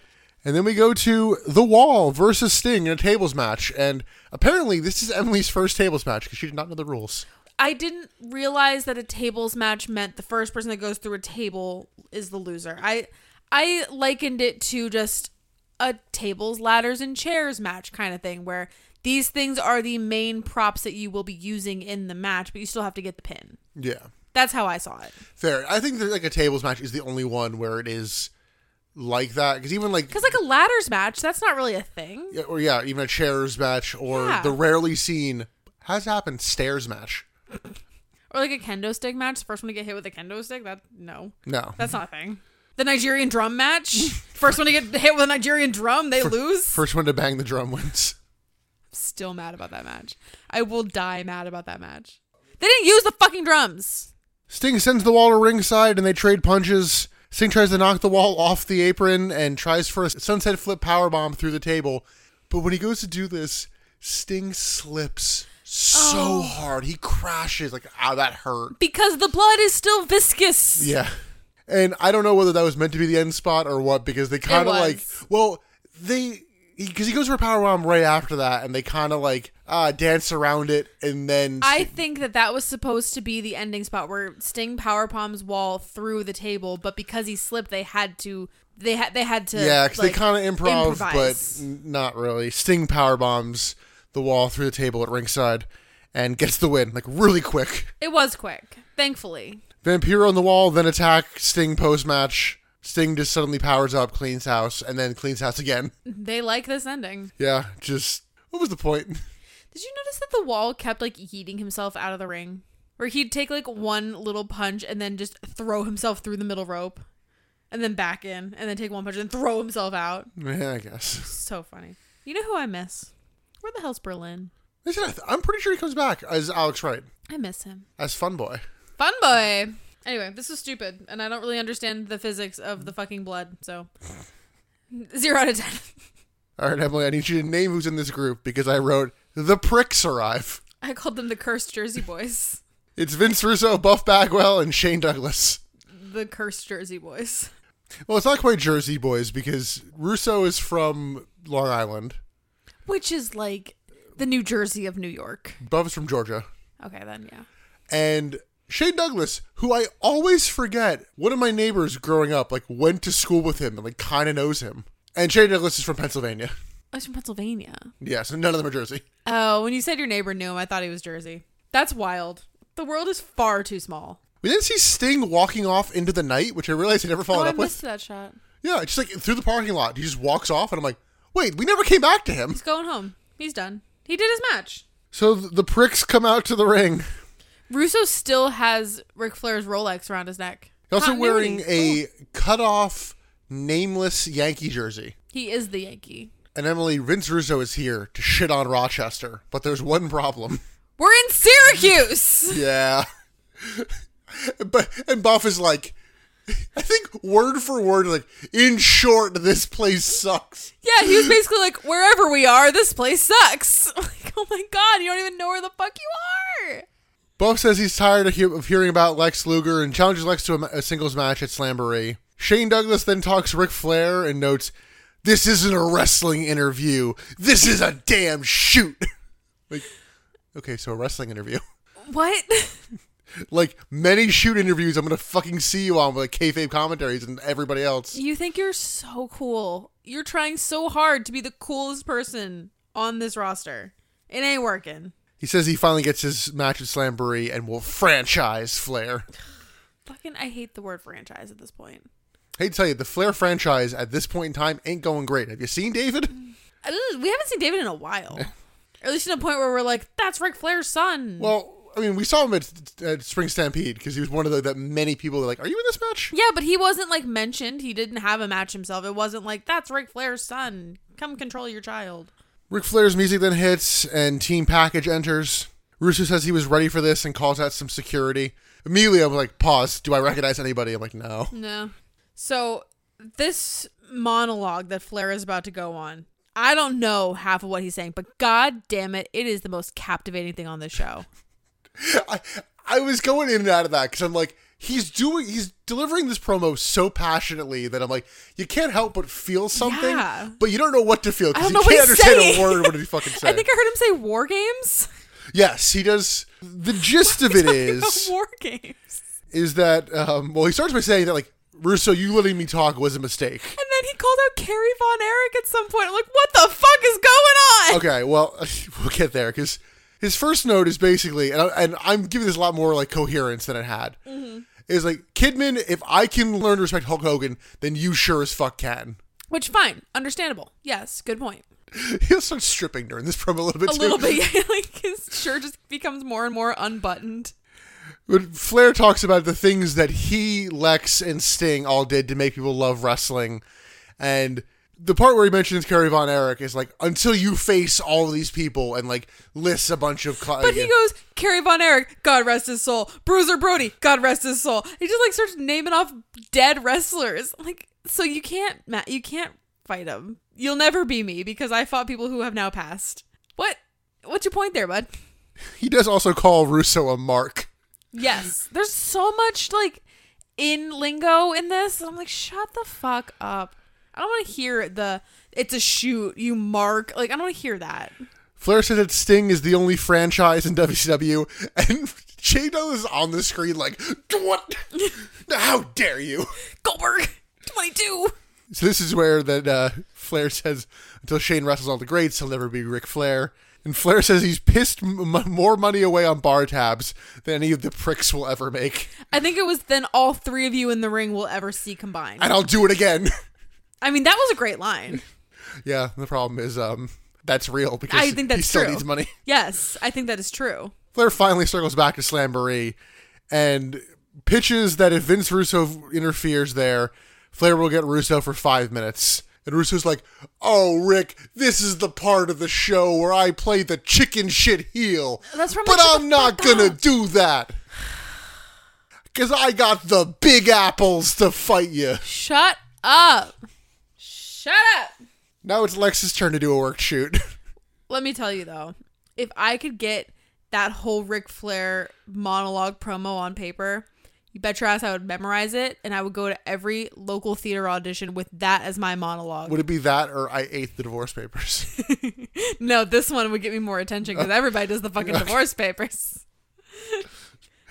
and then we go to The Wall versus Sting in a tables match. And apparently, this is Emily's first tables match because she did not know the rules.
I didn't realize that a tables match meant the first person that goes through a table is the loser. I I likened it to just a tables, ladders, and chairs match kind of thing where these things are the main props that you will be using in the match, but you still have to get the pin.
Yeah,
That's how I saw it.
fair. I think that like a tables match is the only one where it is like that because even like.
Because like a ladders match, that's not really a thing.
yeah, Or yeah, even a chairs match or
Yeah.
the rarely seen has happened stairs match.
Or like a kendo stick match, the first one to get hit with a kendo stick, that no.
No,
That's not a thing. The Nigerian drum match. First one to get hit with a Nigerian drum, they lose.
first one to bang the drum wins.
Still mad about that match. I will die mad about that match. They didn't use the fucking drums.
Sting sends the wall to ringside and they trade punches. Sting tries to knock the wall off the apron and tries for a sunset flip powerbomb through the table. But when he goes to do this, Sting slips
Oh.
so hard. He crashes. Like, ow, that hurt.
Because the blood is still viscous.
Yeah. And I don't know whether that was meant to be the end spot or what because they kind of
was.
like, well, they. Because he goes for a powerbomb right after that, and they kind of like uh, dance around it, and then
I think that that was supposed to be the ending spot where Sting power palms wall through the table, but because he slipped, they had to. They had they had to.
Yeah, because
like,
they kind of improv,
improvise.
but n- not really. Sting power bombs the wall through the table at ringside and gets the win, like really quick.
it was quick. Thankfully,
Vampiro on the wall, then attack Sting post match. Sting just suddenly powers up, cleans house, and then cleans house again.
they like this ending.
Yeah, just what was the point?
Did you notice that the wall kept like yeeting himself out of the ring? Where he'd take like one little punch and then just throw himself through the middle rope and then back in and then take one punch and throw himself out.
Yeah, I guess.
So funny. You know who I miss? Where the hell's Berlin?
They said- I th- I'm pretty sure he comes back as Alex Wright,
I miss him.
as Fun Boy.
Fun boy. Anyway, this is stupid and I don't really understand the physics of the fucking blood, so zero out of ten.
All right, Emily, I need you to name who's in this group because I wrote the pricks arrive.
I called them the cursed Jersey boys.
It's Vince Russo, Buff Bagwell, and Shane Douglas.
The cursed Jersey boys.
Well, it's not quite Jersey boys because Russo is from Long Island.
Which is like the New Jersey of New York.
Bub's from Georgia.
Okay, then yeah.
And Shane Douglas, who I always forget, one of my neighbors growing up, like went to school with him and like kind of knows him. And Shane Douglas is from Pennsylvania.
I was from Pennsylvania.
Yeah, so none of them are Jersey.
Oh, when you said your neighbor knew him, I thought he was Jersey. That's wild. The world is far too small.
We then see Sting walking off into the night, which I realized he never
Oh,
followed
I
up with.
missed that shot.
Yeah, just like through the parking lot. He just walks off, and I'm like, wait, we never came back to him.
He's going home. He's done. He did his match.
So th- the pricks come out to the ring.
Russo still has Ric Flair's Rolex around his neck.
He's also
Continuity.
wearing a cut off, nameless Yankee jersey.
He is the Yankee.
And Emily, Vince Russo is here to shit on Rochester, but there's one problem.
We're in Syracuse.
Yeah. but and Buff is like, I think word for word, like, in short, this place sucks.
yeah, he was basically like, wherever we are, this place sucks. Like, oh my god, you don't even know where the fuck you are.
Buff says he's tired of, hear- of hearing about Lex Luger and challenges Lex to a, ma- a singles match at Slamboree. Shane Douglas then talks Ric Flair and notes, "This isn't a wrestling interview. This is a damn shoot." like, okay, so a wrestling interview.
What?
like many shoot interviews, I'm gonna fucking see you on with like, kayfabe commentaries and everybody else.
you think you're so cool. You're trying so hard to be the coolest person on this roster. It ain't working.
He says he finally gets his match at Slamboree and will franchise Flair.
Fucking, I hate the word franchise at this point.
Hate to tell you, the Flair franchise at this point in time ain't going great. Have you seen David?
I don't- We haven't seen David in a while. or at least in a point where we're like, that's Ric Flair's son.
Well, I mean, we saw him at, at Spring Stampede because he was one of the that many people that like, are you in this match?
yeah, but he wasn't like mentioned. He didn't have a match himself. It wasn't like, that's Ric Flair's son. Come control your child.
Ric Flair's music then hits and Team Package enters. Russo says he was ready for this and calls out some security. Immediately, I'm like, pause. Do I recognize anybody? I'm like, no.
No. So this monologue that Flair is about to go on, I don't know half of what he's saying, but god damn it, it is the most captivating thing on this show.
I, I was going in and out of that because I'm like, he's doing, he's delivering this promo so passionately that I'm like, you can't help but feel something,
Yeah.
but you don't know what to feel
I
because
don't
you
know what
can't
he's
understand
saying.
a word. What did he fucking say?
I think I heard him say war games.
yes, he does. The gist of it is.
war games.
is that um, well he starts by saying that like Russo, you letting me talk was a mistake.
And then he called out Carrie Von Erich at some point. I'm like, what the fuck is going on?
Okay, well we'll get there because his first note is basically, and, I, and I'm giving this a lot more like coherence than it had.
Mm-hmm.
Is like Kidman, if I can learn to respect Hulk Hogan, then you sure as fuck can.
Which, fine, understandable. Yes, good point.
He'll start stripping during this promo a little bit.
A
too.
little bit, yeah, like his shirt just becomes more and more unbuttoned.
But Flair talks about the things that he, Lex, and Sting all did to make people love wrestling. And the part where he mentions Kerry Von Erich is like, until you face all these people and like lists a bunch of. Cl-
But he goes, Carrie Von Erich, God rest his soul. Bruiser Brody, God rest his soul. He just like starts naming off dead wrestlers. Like, so you can't, Matt, you can't fight him. You'll never be me because I fought people who have now passed. What? What's your point there, bud?
he does also call Russo a mark.
Yes. There's so much like in lingo in this. and I'm like, shut the fuck up. I don't want to hear the it's a shoot, you mark. Like, I don't want to hear that.
Flair says that Sting is the only franchise in WCW, and Jay Douglas is on the screen like, what? How dare you?
Goldberg, 22.
So this is where that uh, Flair says, "Until Shane wrestles all the greats, he'll never be Ric Flair." And Flair says he's pissed m- m- more money away on bar tabs than any of the pricks will ever make,
I think it was then all three of you in the ring will ever see combined.
and I'll do it again.
I mean, that was a great line.
yeah, the problem is um, that's real because
I think that's
he still
true.
needs money.
Yes, I think that is true.
Flair finally circles back to Slamboree and pitches that if Vince Russo interferes there, Flair will get Russo for five minutes. And Russo's like, "Oh, Rick, this is the part of the show where I play the chicken shit heel,
That's from
but
like, shut
I'm
the
not
fuck
gonna
up."
do that because I got the big apples to fight you."
Shut up. Shut up.
Now it's Lex's turn to do a work shoot.
Let me tell you though, if I could get that whole Ric Flair monologue promo on paper, You bet your ass I would memorize it, and I would go to every local theater audition with that as my monologue.
Would it be that or I ate the divorce papers?
No, this one would get me more attention because everybody does the fucking divorce papers.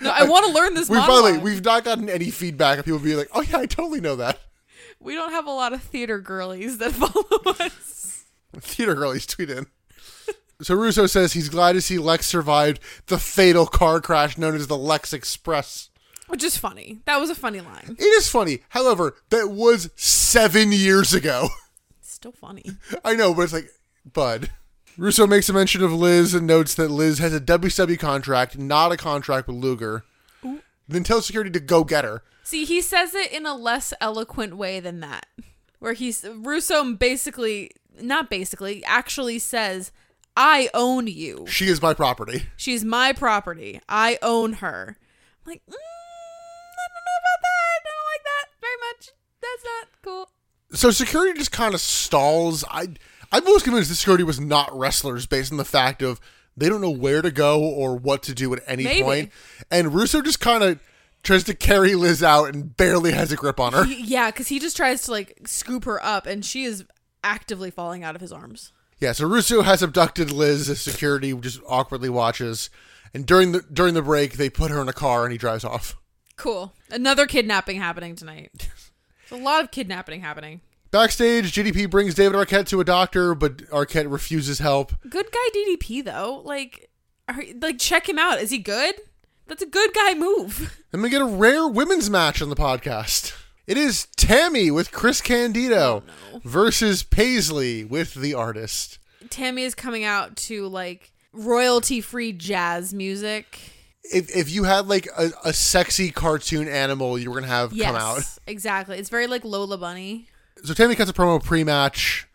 No, I want to learn this
we, by the
monologue.
way, we've not gotten any feedback of people being like, oh, yeah, I totally know that.
we don't have a lot of theater girlies that follow us.
Theater girlies tweet in. So Russo says he's glad to see Lex survived the fatal car crash known as the Lex Express.
Which is funny. That was a funny line.
It is funny. However, that was seven years ago.
Still funny.
I know, but it's like, bud. Russo makes a mention of Liz and notes that Liz has a WW contract, not a contract with Luger. Then tells security to go get her.
See, he says it in a less eloquent way than that. Where he's Russo basically not basically, actually says, I own you.
She is my property.
She's my property. I own her. I'm like, mm, I don't know about that. I don't like that very much. That's not cool.
So security just kind of stalls. I I'm most convinced the security was not wrestlers based on the fact of they don't know where to go or what to do at any
Maybe.
point. And Russo just kind of tries to carry Liz out and barely has a grip on her.
He- yeah, because he just tries to like scoop her up, and she is actively falling out of his arms.
Yeah, so Russo has abducted Liz as security just awkwardly watches. And during the during the break, they put her in a car and he drives off.
Cool. Another kidnapping happening tonight. There's a lot of kidnapping happening.
Backstage, GDP brings David Arquette to a doctor, but Arquette refuses help.
Good guy DDP though. Like, are, like check him out. Is he good? That's a good guy move.
Then we get a rare women's match on the podcast. It is Tammy with Chris Candido
Oh, no.
versus Paisley with the artist.
Tammy is coming out to like royalty free jazz music.
If, if you had like a, a sexy cartoon animal, you were gonna have
Yes,
come out.
exactly. It's very like Lola Bunny.
So Tammy cuts a promo pre-match,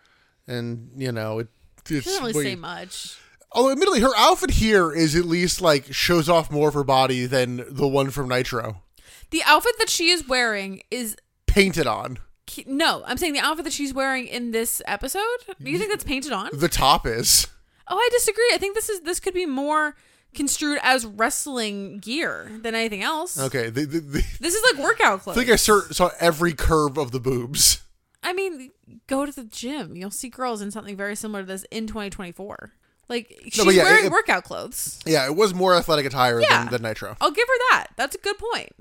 and you know it. It's,
She doesn't really
what
say
you-
much.
Although, admittedly, her outfit here is at least like shows off more of her body than the one from Nitro
The outfit that she is wearing is
painted on.
Ki- No, I'm saying the outfit that she's wearing in this episode. Do you think that's painted on?
The top is.
Oh, I disagree. I think this is this could be more construed as wrestling gear than anything else.
Okay. The, the, the,
This is like workout
I
clothes.
think I sur- saw every curve of the boobs.
I mean, go to the gym. You'll see girls in something very similar to this in 2024. Like she's
but yeah,
wearing
it- it-
workout clothes.
Yeah, it was more athletic attire
Yeah.
than, than Nitro.
I'll give her that. That's a good point.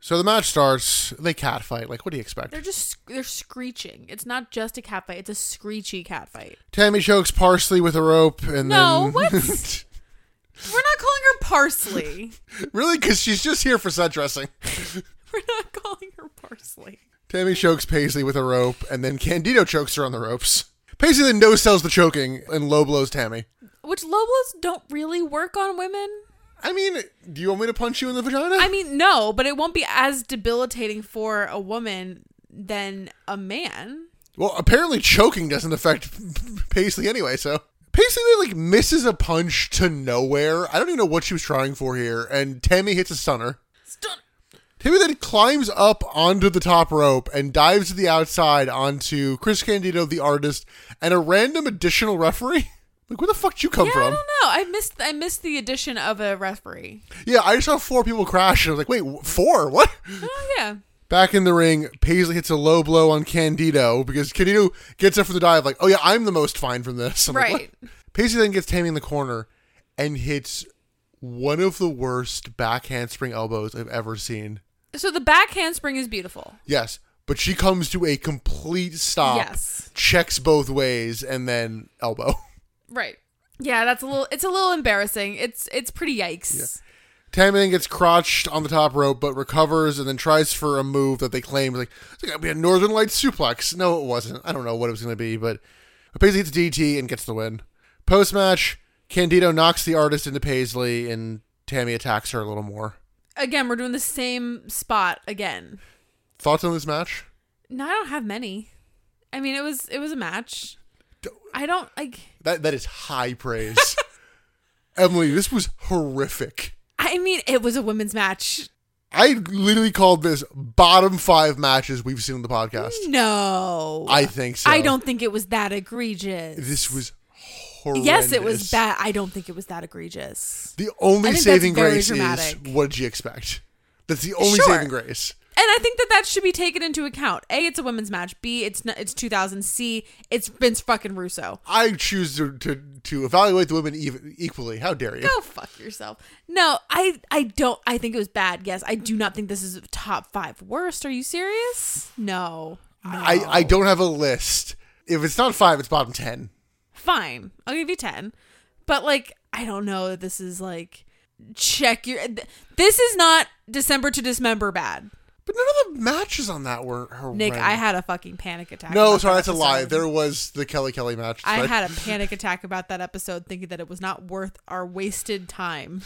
So the match starts. They catfight. Like, what do you expect?
They're just sc- they're screeching. It's not just a cat fight. It's a screechy cat fight.
Tammy chokes Parsley with a rope, and
No,
then
what? We're not calling her parsley.
really, because she's just here for set dressing.
We're not calling her parsley.
Tammy chokes Paisley with a rope, and then Candido chokes her on the ropes. Paisley then no sells the choking and low blows Tammy.
which low blows don't really work on women.
I mean, do you want me to punch you in the vagina?
I mean, no, but it won't be as debilitating for a woman than a man.
well, apparently choking doesn't affect Paisley anyway, so. Paisley then, like misses a punch to nowhere. I don't even know what she was trying for here, and Tammy hits a stunner.
Stun-
Timmy then climbs up onto the top rope and dives to the outside onto Chris Candido, the artist, and a random additional referee. Like, where the fuck did you come
Yeah, I don't
from?
know. I missed I missed the addition of a referee.
Yeah, I just saw four people crash, and I was like, wait, wh- four? What?
Oh yeah.
Back in the ring, Paisley hits a low blow on Candido because Candido gets up from the dive, like, oh yeah, I'm the most fine from this. I'm like,
Right.
"What?" Paisley then gets Tammy in the corner and hits one of the worst back handspring elbows I've ever seen.
So the back handspring is beautiful.
Yes, but she comes to a complete stop.
Yes.
Checks both ways and then elbow.
Right. Yeah, that's a little it's a little embarrassing. It's it's pretty yikes.
Tammy then gets crotched on the top rope, but recovers and then tries for a move that they claim like it's gonna be a Northern Lights suplex. No, it wasn't. I don't know what it was gonna be, but Paisley hits DT and gets the win. Post match, Candido knocks the artist into Paisley, and Tammy attacks her a little more.
Again, we're doing the same spot again.
Thoughts on this match?
No, I don't have many. I mean, it was it was a match. I don't like
That that is high praise. Emily, this was horrific.
I mean, it was a women's match.
I literally called this bottom five matches we've seen on the podcast.
No.
I think so.
I don't think it was that egregious.
This was horrendous.
yes, it was bad. I don't think it was that egregious.
The only
I think that's
saving
very
grace
dramatic.
is what did you expect? That's the only
Sure.
saving grace.
And I think that that should be taken into account. A, it's a women's match. B, it's not, it's 2000. C, it's Vince fucking Russo.
I choose to to, to evaluate the women even, equally. How dare you?
Go fuck yourself. No, I I don't. I think it was bad. Yes, I do not think this is top five worst. Are you serious? No. No.
I, I don't have a list. If it's not five, it's bottom ten.
Fine, I'll give you ten. But like, I don't know. that This is like check your. th- This is not December to Dismember bad.
But none of the matches on that were horrendous.
Nick, I had a fucking panic attack.
no.
about
Sorry,
that
that's a lie.
episode.
There was the Kelly Kelly match.
I
but-
had a panic attack about that episode, thinking that it was not worth our wasted time.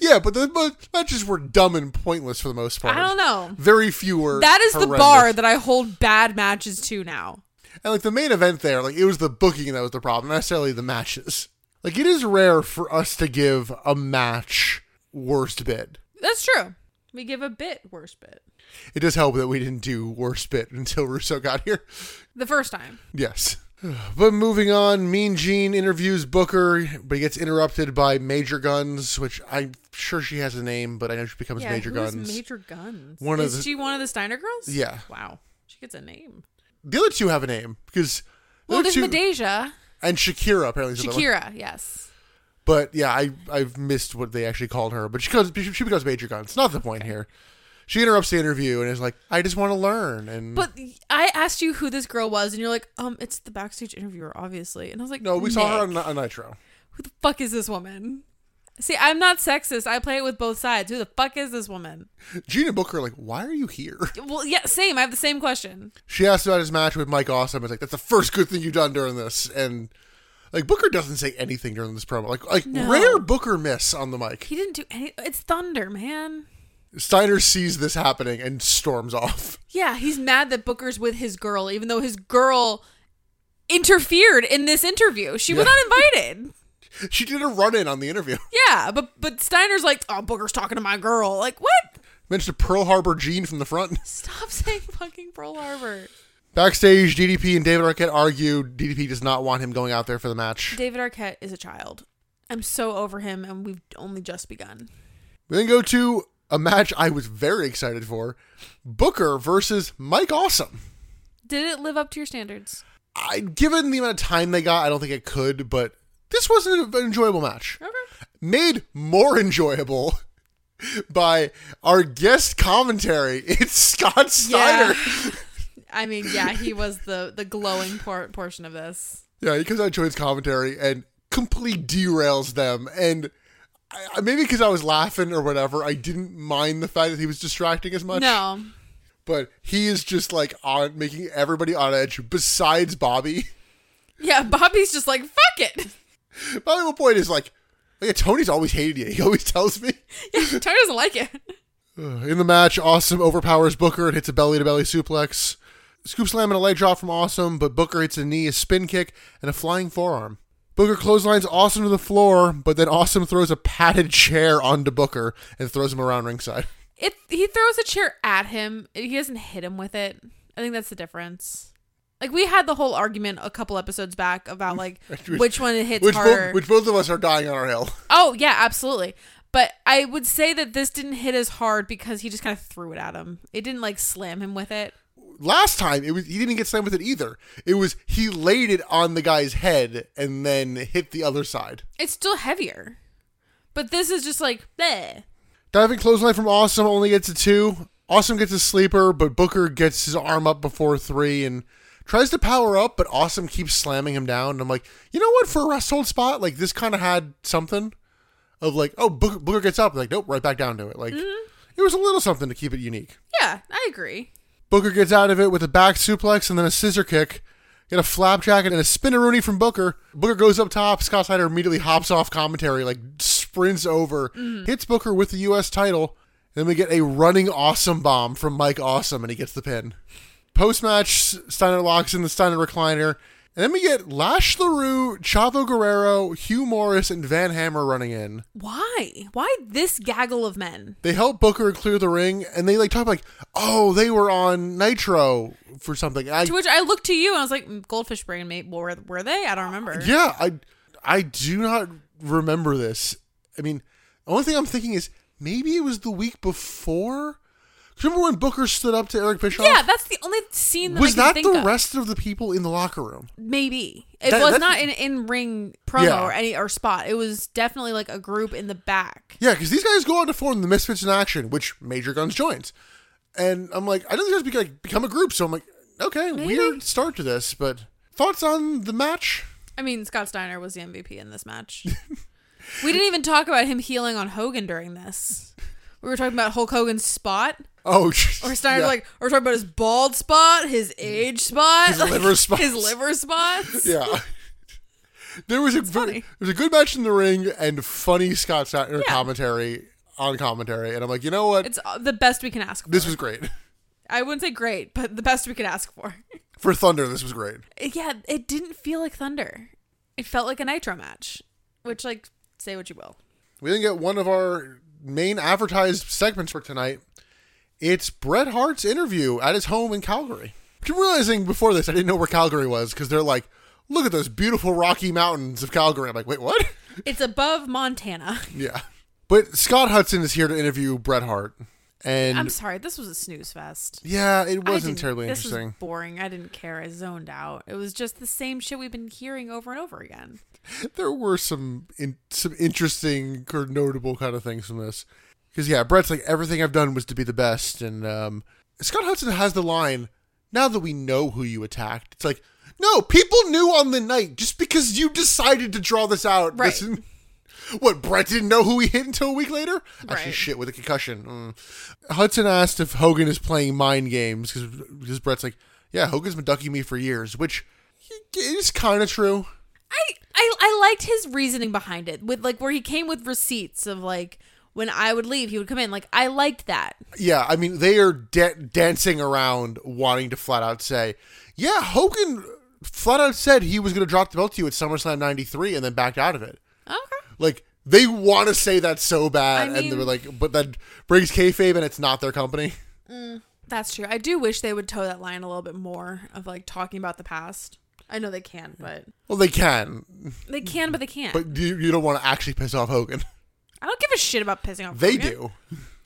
yeah, but the but matches were dumb and pointless for the most part.
I don't know.
Very few were.
That is the
horrendous.
bar that I hold bad matches to now.
And like the main event there, like it was the booking that was the problem, not necessarily the matches. Like it is rare for us to give a match worst bid.
That's true. We give a bit worse bit
It does help that we didn't do worst bid until Russo got here.
the first time.
Yes. But moving on, Mean Gene interviews Booker, but he gets interrupted by Major Guns, which I'm sure she has a name, but I know she becomes Major
who's
Guns.
Major Guns.
One of
is
the-
she one of the Steiner girls?
Yeah.
Wow, she gets a name.
the other two have a name because the
Well,
other
there's
two-
Medeja,
and Shakira apparently. is another one.
Shakira. Yes.
But yeah, I I've missed what they actually called her, but she becomes she becomes Major Guns. Not the point here. She interrupts the interview and is like, "I just want to learn." And
But I asked you who this girl was, and you're like, um, it's the backstage interviewer, obviously. And I was like,
no, we saw her
Nick,
on, on Nitro.
Who the fuck is this woman? See, I'm not sexist. I play it with both sides. Who the fuck is this woman?
Gina Booker, like, why are you here?
Well, yeah, same. I have the same question.
She asked about his match with Mike Awesome. It's like that's the first good thing you've done during this, and like Booker doesn't say anything during this promo. Like like
No.
rare Booker miss on the mic.
He didn't do any. It's Thunder, man.
Steiner sees this happening and storms off.
Yeah, he's mad that Booker's with his girl, even though his girl interfered in this interview. She was
Yeah.
not invited.
She did a run in on the interview.
Yeah, but but Steiner's like, oh, Booker's talking to my girl. Like, what?
Mentioned a Pearl Harbor Gene from the front.
Stop saying fucking Pearl Harbor.
Backstage, DDP and David Arquette argue. DDP does not want him going out there for the match.
David Arquette is a child. I'm so over him, and we've only just begun.
We then go to a match I was very excited for Booker versus Mike Awesome.
Did it live up to your standards?
I, given the amount of time they got, I don't think it could, but this wasn't an enjoyable match.
Okay.
Made more enjoyable by our guest commentary. It's Scott Steiner.
I mean, yeah, he was the the glowing por- portion of this.
Yeah, he comes out and joins commentary and completely derails them. And I, I- maybe because I was laughing or whatever, I didn't mind the fact that he was distracting as much.
No,
But he is just like on making everybody on edge besides Bobby.
yeah, Bobby's just like fuck it.
Bobby, at one point, is like, yeah, Tony's always hated you. He always tells me.
Tony doesn't like it.
Ugh. Uh, In the match, Awesome overpowers Booker and hits a belly to belly suplex. Scoop slam and a leg drop from Awesome, but Booker hits a knee, a spin kick, and a flying forearm. Booker clotheslines Awesome to the floor, but then Awesome throws a padded chair onto Booker and throws him around ringside.
It he throws a chair at him. He doesn't hit him with it. I think that's the difference. Like we had the whole argument a couple episodes back about like
Which-
which one hits
Which,
harder.
both, which both of us are dying on our hill.
oh yeah, absolutely. But I would say that this didn't hit as hard because he just kind of threw it at him. It didn't like slam him with it.
Last time, it was he didn't get slammed with it either. It was he laid it on the guy's head and then hit the other side.
It's still heavier. But this is just like bleh.
Diving clothesline from Awesome only gets a two. Awesome gets a sleeper, but Booker gets his arm up before three and tries to power up, but Awesome keeps slamming him down. And I'm like, you know what? For a rest hold spot, like this kind of had something of like, oh, Booker, Booker gets up, like nope, right back down to it. Like it was a little something to keep it unique.
Yeah, I agree.
Booker gets out of it with a back suplex and then a scissor kick. Get a flapjack and a spinneroonie from Booker. Booker goes up top. Scott Snyder immediately hops off commentary, like sprints over, hits Booker with the U.S. title. Then we get a running awesome bomb from Mike Awesome, and he gets the pin. Post match, Steiner locks in the Steiner recliner. And then we get Lash LaRue, Chavo Guerrero, Hugh Morris, and Van Hammer running in
Why? Why this gaggle of men?
they help Booker clear the ring, and they like talk like, oh, they were on Nitro for something. I
To which I looked to you and I was like, "Mm, goldfish brain mate, were were they? I don't remember.
yeah, I I do not remember this. I mean, the only thing I'm thinking is maybe it was the week before. 'Cause Remember when Booker stood up to Eric Bischoff?
Yeah, that's the only scene that
was
I can
that
think
the
of.
rest of the people in the locker room?
Maybe it
That-
was
that's-
not an in-ring promo
Yeah.
or any or spot. It was definitely like a group in the back.
Yeah, because these guys go on to form the Misfits in Action, which Major Guns joins. And I'm like, I know these guys be- like, become a group, so I'm like, okay, weird start to this, but thoughts on the match?
I mean, Scott Steiner was the MVP in this match. we didn't even talk about him healing on Hogan during this. We were talking about Hulk Hogan's spot,
Oh,
or Steiner
yeah.
like, or we're talking about his bald spot, his age spot,
His
like,
liver spots.
his liver spots.
yeah. There was a very,
funny.
there was a good match in the ring and funny Scott Steiner
Yeah.
commentary on commentary, and I'm like, you know what?
It's uh, the best we can ask for.
this was great
I wouldn't say great, but the best we could ask for.
for Thunder. This was great.
yeah, it didn't feel like Thunder. It felt like a Nitro match, which like say what you will.
We then get one of our main advertised segments for tonight. It's Bret Hart's interview at his home in Calgary. I'm realizing before this, I didn't know where Calgary was because they're like, look at those beautiful Rocky Mountains of Calgary. I'm like, wait, what?
It's above Montana.
yeah. But Scott Hudson is here to interview Bret Hart. And
I'm sorry, this was a snooze fest.
yeah, it
I
wasn't
didn't-
terribly
this
interesting.
Was boring. I didn't care. I zoned out. It was just the same shit we've been hearing over and over again.
there were some in, some interesting or notable kind of things from this. Because yeah, Brett's like everything I've done was to be the best, and um, Scott Hudson has the line. Now that we know who you attacked, it's like no people knew on the night just because you decided to draw this out.
Right.
doesn't- what Brett didn't know who he hit until a week later. Actually,
Right.
shit with a concussion. Mm. Hudson asked if Hogan is playing mind games because Brett's like, yeah, Hogan's been ducking me for years, which is kind of true.
I, I I liked his reasoning behind it with like where he came with receipts of like when I would leave, he would come in. Like I liked that.
Yeah, I mean, they are da- dancing around wanting to flat out say, yeah, Hogan flat out said he was going to drop the belt to you at SummerSlam 93 and then backed out of it.
Okay.
Like, they want to say that so bad.
I
and they were
mean-
like, but that brings kayfabe and it's not their company.
That's true. I do wish they would toe that line a little bit more of like talking about the past. I know they can, but
Well, they can,
they can, but they can't.
but you, you don't want to actually piss off Hogan.
I don't give a shit about pissing off.
They
Hogan.
do.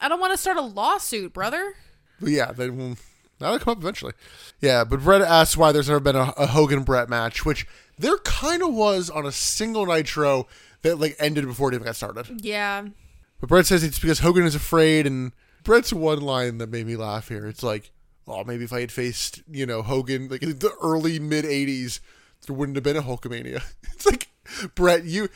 I don't want to start a lawsuit, brother.
But yeah, they, will that'll come up eventually. Yeah, but Brett asks why there's never been a, a Hogan Brett match, which there kind of was on a single Nitro that like ended before it even got started.
Yeah.
But Brett says it's because Hogan is afraid, and Brett's one line that made me laugh here. It's like, oh, maybe if I had faced, you know, Hogan, like in the early mid 80s, there wouldn't have been a Hulkamania. It's like, Brett, you,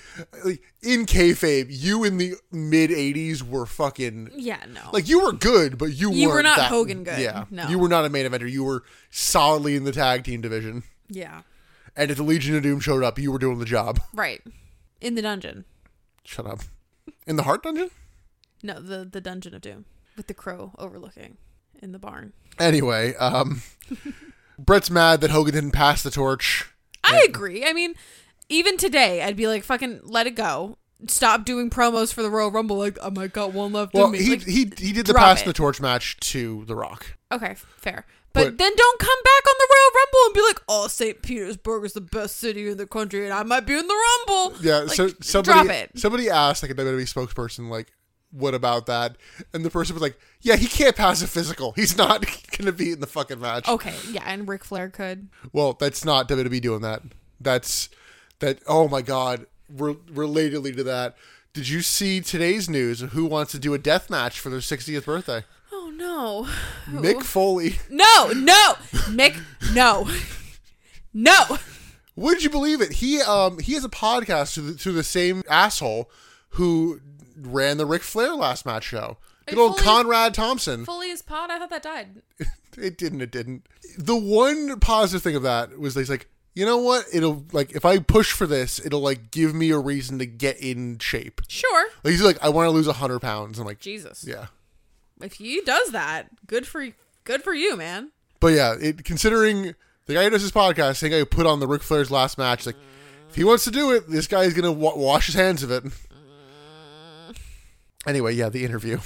like, in kayfabe, you in the mid 80s were fucking.
Yeah. No.
Like you were good, but you,
You were
weren't
not
that-
Hogan good.
Yeah,
No.
you were not a main eventer. You were solidly in the tag team division,
yeah.
and if the Legion of Doom showed up, you were doing the job.
Right. In the dungeon.
Shut up. In the Heart Dungeon.
No, the the dungeon of doom with the crow overlooking in the barn.
Anyway, um, Brett's mad that Hogan didn't pass the torch.
I agree. I mean, even today, I'd be like, fucking let it go. Stop doing promos for the Royal Rumble. Like, I might got one left
Well,
in me.
he,
Like,
he he did the
drop
pass
it.
the torch match to The Rock.
okay, fair. But,
But-
then don't come back on the Royal Rumble and be like, oh, St. Petersburg is the best city in the country and I might be in the Rumble.
Yeah,
Like,
so somebody
Drop it.
somebody asked like a WWE spokesperson like, "What about that?" And the person was like, "Yeah, he can't pass a physical. He's not gonna be in the fucking match."
Okay, yeah, and Ric Flair could.
Well, that's not WWE doing that. That's that. Oh my God. Re- relatedly to that, did you see today's news? of Who wants to do a death match for their 60th birthday?
Oh, no.
Mick Foley.
No, no, Mick, no, no.
Would you believe it? He um he has a podcast to the, to the same asshole who ran the Ric Flair last match show. Good
Mick
old
Foley-
Conrad Thompson.
Fully as pod. I thought that died.
It didn't. It didn't. The one positive thing of that was he's like, you know what? It'll like if I push for this, it'll like give me a reason to get in shape.
Sure.
Like he's like, I want to lose hundred pounds. I'm like,
Jesus.
yeah,
If he does that, good for good for you, man.
but yeah, it considering the guy who does his podcast, the guy who put on the Ric Flair's last match, like if he wants to do it, this guy's gonna wa- wash his hands of it. Anyway, yeah, the interview.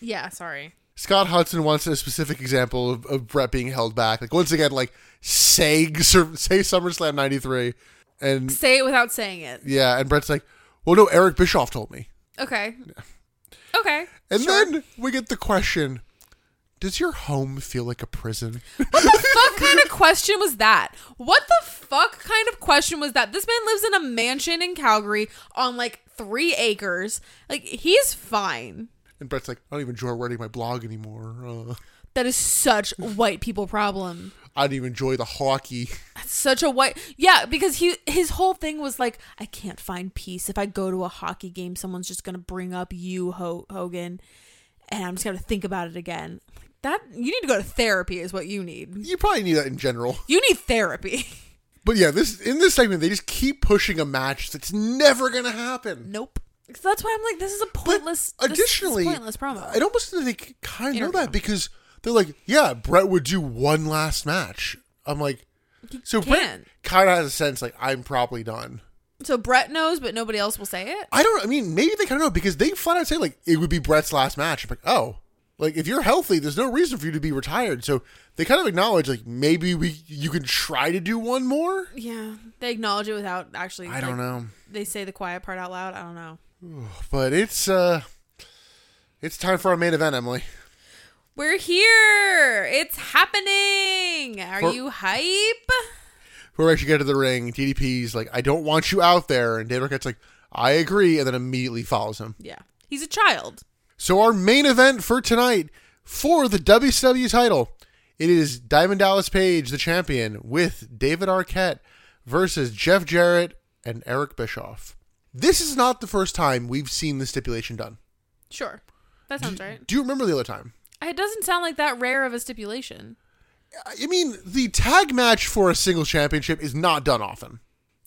Yeah. Sorry.
Scott Hudson wants a specific example of, of Brett being held back. Like once again, like say say SummerSlam '93, and
Say it without saying it.
yeah, and Brett's like, well, no, Eric Bischoff told me.
Okay. Okay.
And
sure.
then we get the question Does your home feel like a prison?
fuck kind of question was that? What the fuck kind of question was that? This man lives in a mansion in Calgary on like three acres. Like he's fine.
And Brett's like, I don't even enjoy writing my blog anymore. Uh,
That is such a white people problem.
I don't even enjoy the hockey.
That's such a white Yeah, because he his whole thing was like, I can't find peace. If I go to a hockey game, someone's just gonna bring up you, Ho- Hogan, and I'm just gonna think about it again. That you need to go to therapy is what you need.
You probably need that in general.
You need therapy.
But yeah, this in this segment they just keep pushing a match that's never gonna happen.
Nope. So that's why I'm like, this is a
But
pointless. this is
additionally,
pointless promo.
I almost think they kind of know
Interview.
that because they're like, yeah, Brett would do one last match. I'm like, so Brett
can't.
kind of has a sense like I'm probably done.
so Brett knows, but nobody else will say it.
I don't. I mean, maybe they kind of know because they flat out say like it would be Brett's last match. I'm like, oh, like if you're healthy, there's no reason for you to be retired. So they kind of acknowledge like maybe we you can try to do one more.
Yeah, they acknowledge it without actually.
I don't
like,
know,
They say the quiet part out loud. I don't know.
but it's uh, it's time for our main event, Emily.
We're here. It's happening. Are
For-
you hype?
Before we actually get to the ring, DDP's like, I don't want you out there, and Dave Arquette's like, I agree, and then immediately follows him.
Yeah, he's a child.
So our main event for tonight for the WCW title, it is Diamond Dallas Page, the champion, with David Arquette versus Jeff Jarrett and Eric Bischoff. This is not the first time we've seen the stipulation done.
Sure, that sounds right.
Do you remember the other time?
It doesn't sound like that rare of a stipulation.
I mean, the tag match for a single championship is not done often.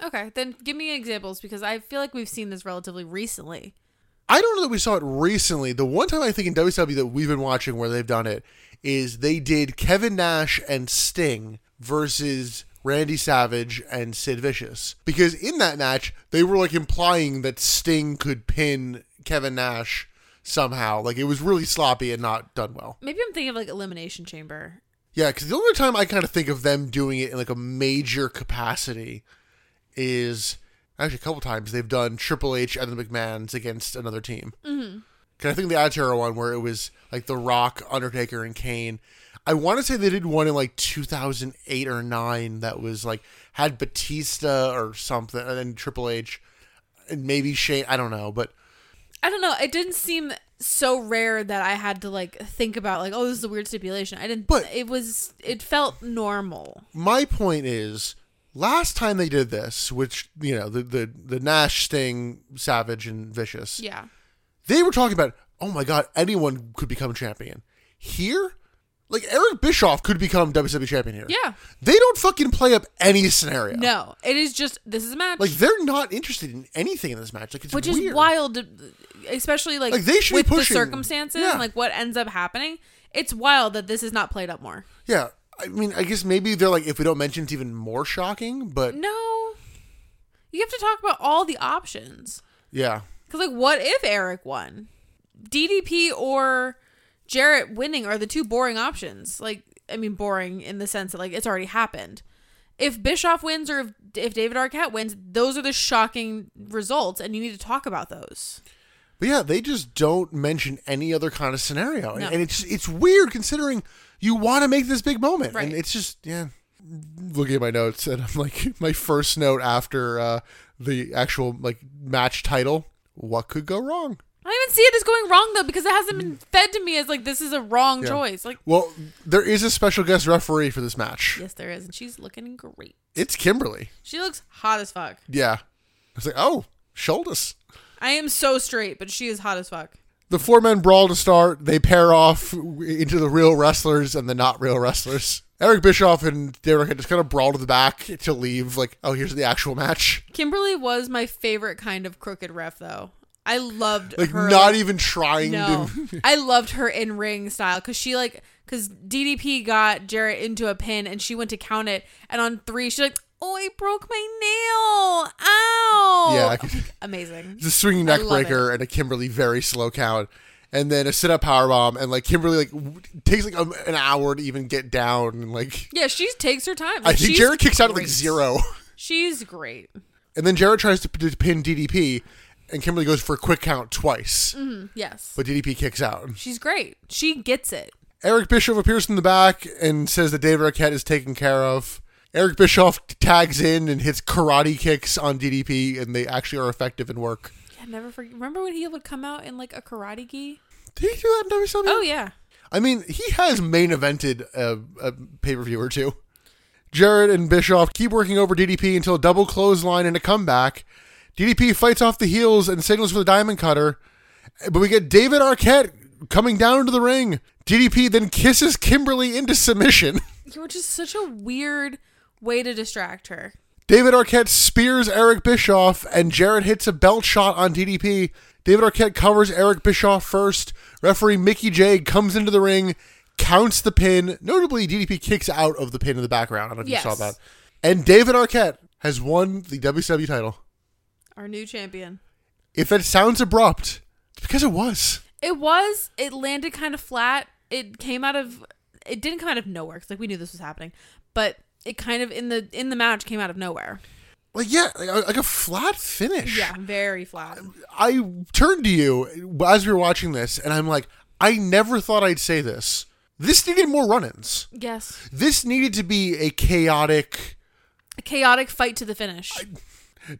Okay, then give me examples because I feel like we've seen this relatively recently.
I don't know that we saw it recently. The one time I think in WCW that we've been watching where they've done it is they did Kevin Nash and Sting versus Randy Savage and Sid Vicious. Because in that match, they were like implying that Sting could pin Kevin Nash somehow. Like it was really sloppy and not done well.
Maybe I'm thinking of like Elimination Chamber.
Yeah, because the only time I kind of think of them doing it in like a major capacity is actually a couple times they've done Triple H and the McMahons against another team. Mm-hmm. Cause I think the Ontario one where it was like The Rock, Undertaker, and Kane. I want to say they did one in like 2008 or nine that was like had Batista or something, and then Triple H, and maybe Shane. I don't know, but
I don't know. It didn't seem so rare that I had to like think about like, oh, this is a weird stipulation. I didn't.
But-
it was. It felt normal.
my point is last time they did this which you know the the, the nash sting savage and vicious
Yeah.
they were talking about oh my god anyone could become champion here like eric bischoff could become wwe champion here
Yeah.
they don't fucking play up any scenario
No, it is just this is a match,
like they're not interested in anything in this match like it's
which
weird.
is wild, especially like,
Like, they should be
with
pushing.
the circumstances
Yeah.
and like what ends up happening. It's wild that this is not played up more.
yeah i mean i guess maybe they're like if we don't mention it's even more shocking but
No, you have to talk about all the options
yeah
because like, what if Eric won? DDP or Jarrett winning are the two boring options. Like, I mean, boring in the sense that like it's already happened. If Bischoff wins or if, if David Arquette wins, those are the shocking results, and you need to talk about those.
But yeah, they just don't mention any other kind of scenario, and,
No.
and it's it's weird considering you want to make this big moment,
Right.
and it's just yeah. Looking at my notes, and I'm like, my first note after uh, the actual like match title, what could go wrong?
I don't even see it as going wrong though because it hasn't been fed to me as like this is a wrong choice. Like
Well, there is a special guest referee for this match.
yes, there is, and she's looking great.
It's Kimberly.
She looks hot as fuck.
Yeah, I was like, oh, Shoulders.
I am so straight, but she is hot as fuck.
The four men brawl to start. They pair off into the real wrestlers and the not real wrestlers. Eric Bischoff and Derek just kind of brawl to the back to leave. Like, oh, here's the actual match.
Kimberly was my favorite kind of crooked ref though. I loved
Like,
her.
not even trying
no,
to.
I loved her in ring style because she like because DDP got Jarrett into a pin and she went to count it and on three she's like, oh, I broke my nail, ow,
Yeah, I could-
Like, amazing.
It's a swinging
I
neck
love
breaker and a Kimberly very slow count, and then a sit up power bomb. And like Kimberly, like w- takes like um an hour to even get down. And like,
Yeah, she takes her time.
I think
She's
Jared kicks out at like
great.
zero,
She's great.
and then Jared tries to, p- to pin DDP, and Kimberly goes for a quick count twice,
Mm. Yes.
but DDP kicks out.
She's great. She gets it.
Eric Bischoff appears from the back and says that David Arquette is taken care of. Eric Bischoff tags in and hits karate kicks on DDP, and they actually are effective and work.
Yeah, never forget. Remember when he would come out in like a karate gi?
Did he do that in WCW?
Oh yeah.
I mean, he has main evented a, a pay per view or two. Jarrett and Bischoff keep working over DDP until a double clothesline and a comeback. DDP fights off the heels and signals for the diamond cutter, but we get David Arquette coming down into the ring. DDP then kisses Kimberly into submission.
You were just such a weird way to distract her.
David Arquette spears Eric Bischoff, and Jarrett hits a belt shot on DDP. David Arquette covers Eric Bischoff first. Referee Mickey J comes into the ring, counts the pin. Notably, DDP kicks out of the pin in the background. I don't know if
Yes.
you saw that. And David Arquette has won the WCW title.
Our new champion.
If that sounds abrupt, it's because it was.
It was. It landed kind of flat. It came out of. It didn't come out of nowhere. 'cause, like we knew this was happening, but it kind of in the in the match came out of nowhere.
Like, yeah, like a- like a flat finish.
Yeah, very flat.
I turned to you as we were watching this, and I'm like, I never thought I'd say this. This needed more run ins.
Yes,
this needed to be a chaotic
a chaotic fight to the finish.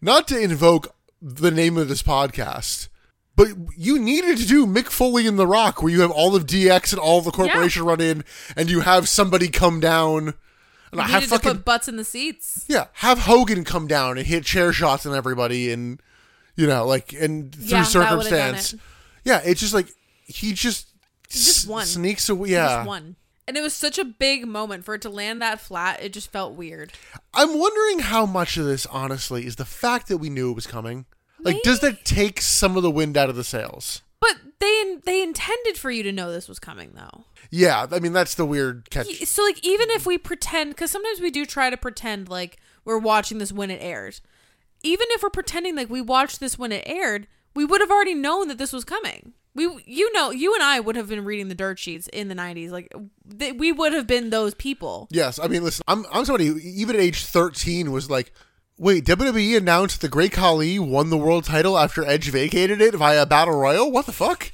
not to invoke the name of this podcast but you needed to do Mick Foley and The Rock, where you have all of DX and all of the corporation run in, and you have somebody come down. And
You
have
needed
fucking
to put butts in the seats.
yeah, have Hogan come down and hit chair shots on everybody, and you know, like, and through
Yeah, that would've done
circumstance,
it.
yeah, it's just like he just
just
s-
won.
sneaks away.
He
Yeah,
Just one. And it was such a big moment for it to land that flat. It just felt weird.
I'm wondering how much of this, honestly, is the fact that we knew it was coming. Like, does that take some of the wind out of the sails?
But they they intended for you to know this was coming though.
Yeah, I mean that's the weird catch.
Y- So like even if we pretend cuz sometimes we do try to pretend like we're watching this when it aired. Even if we're pretending like we watched this when it aired, we would have already known that this was coming. We you know, you and I would have been reading the dirt sheets in the 90s like th- we would have been those people.
Yes, I mean listen, I'm I'm somebody who even at age 13 was like, wait, WWE announced the Great Khali won the world title after Edge vacated it via battle royal. What the fuck?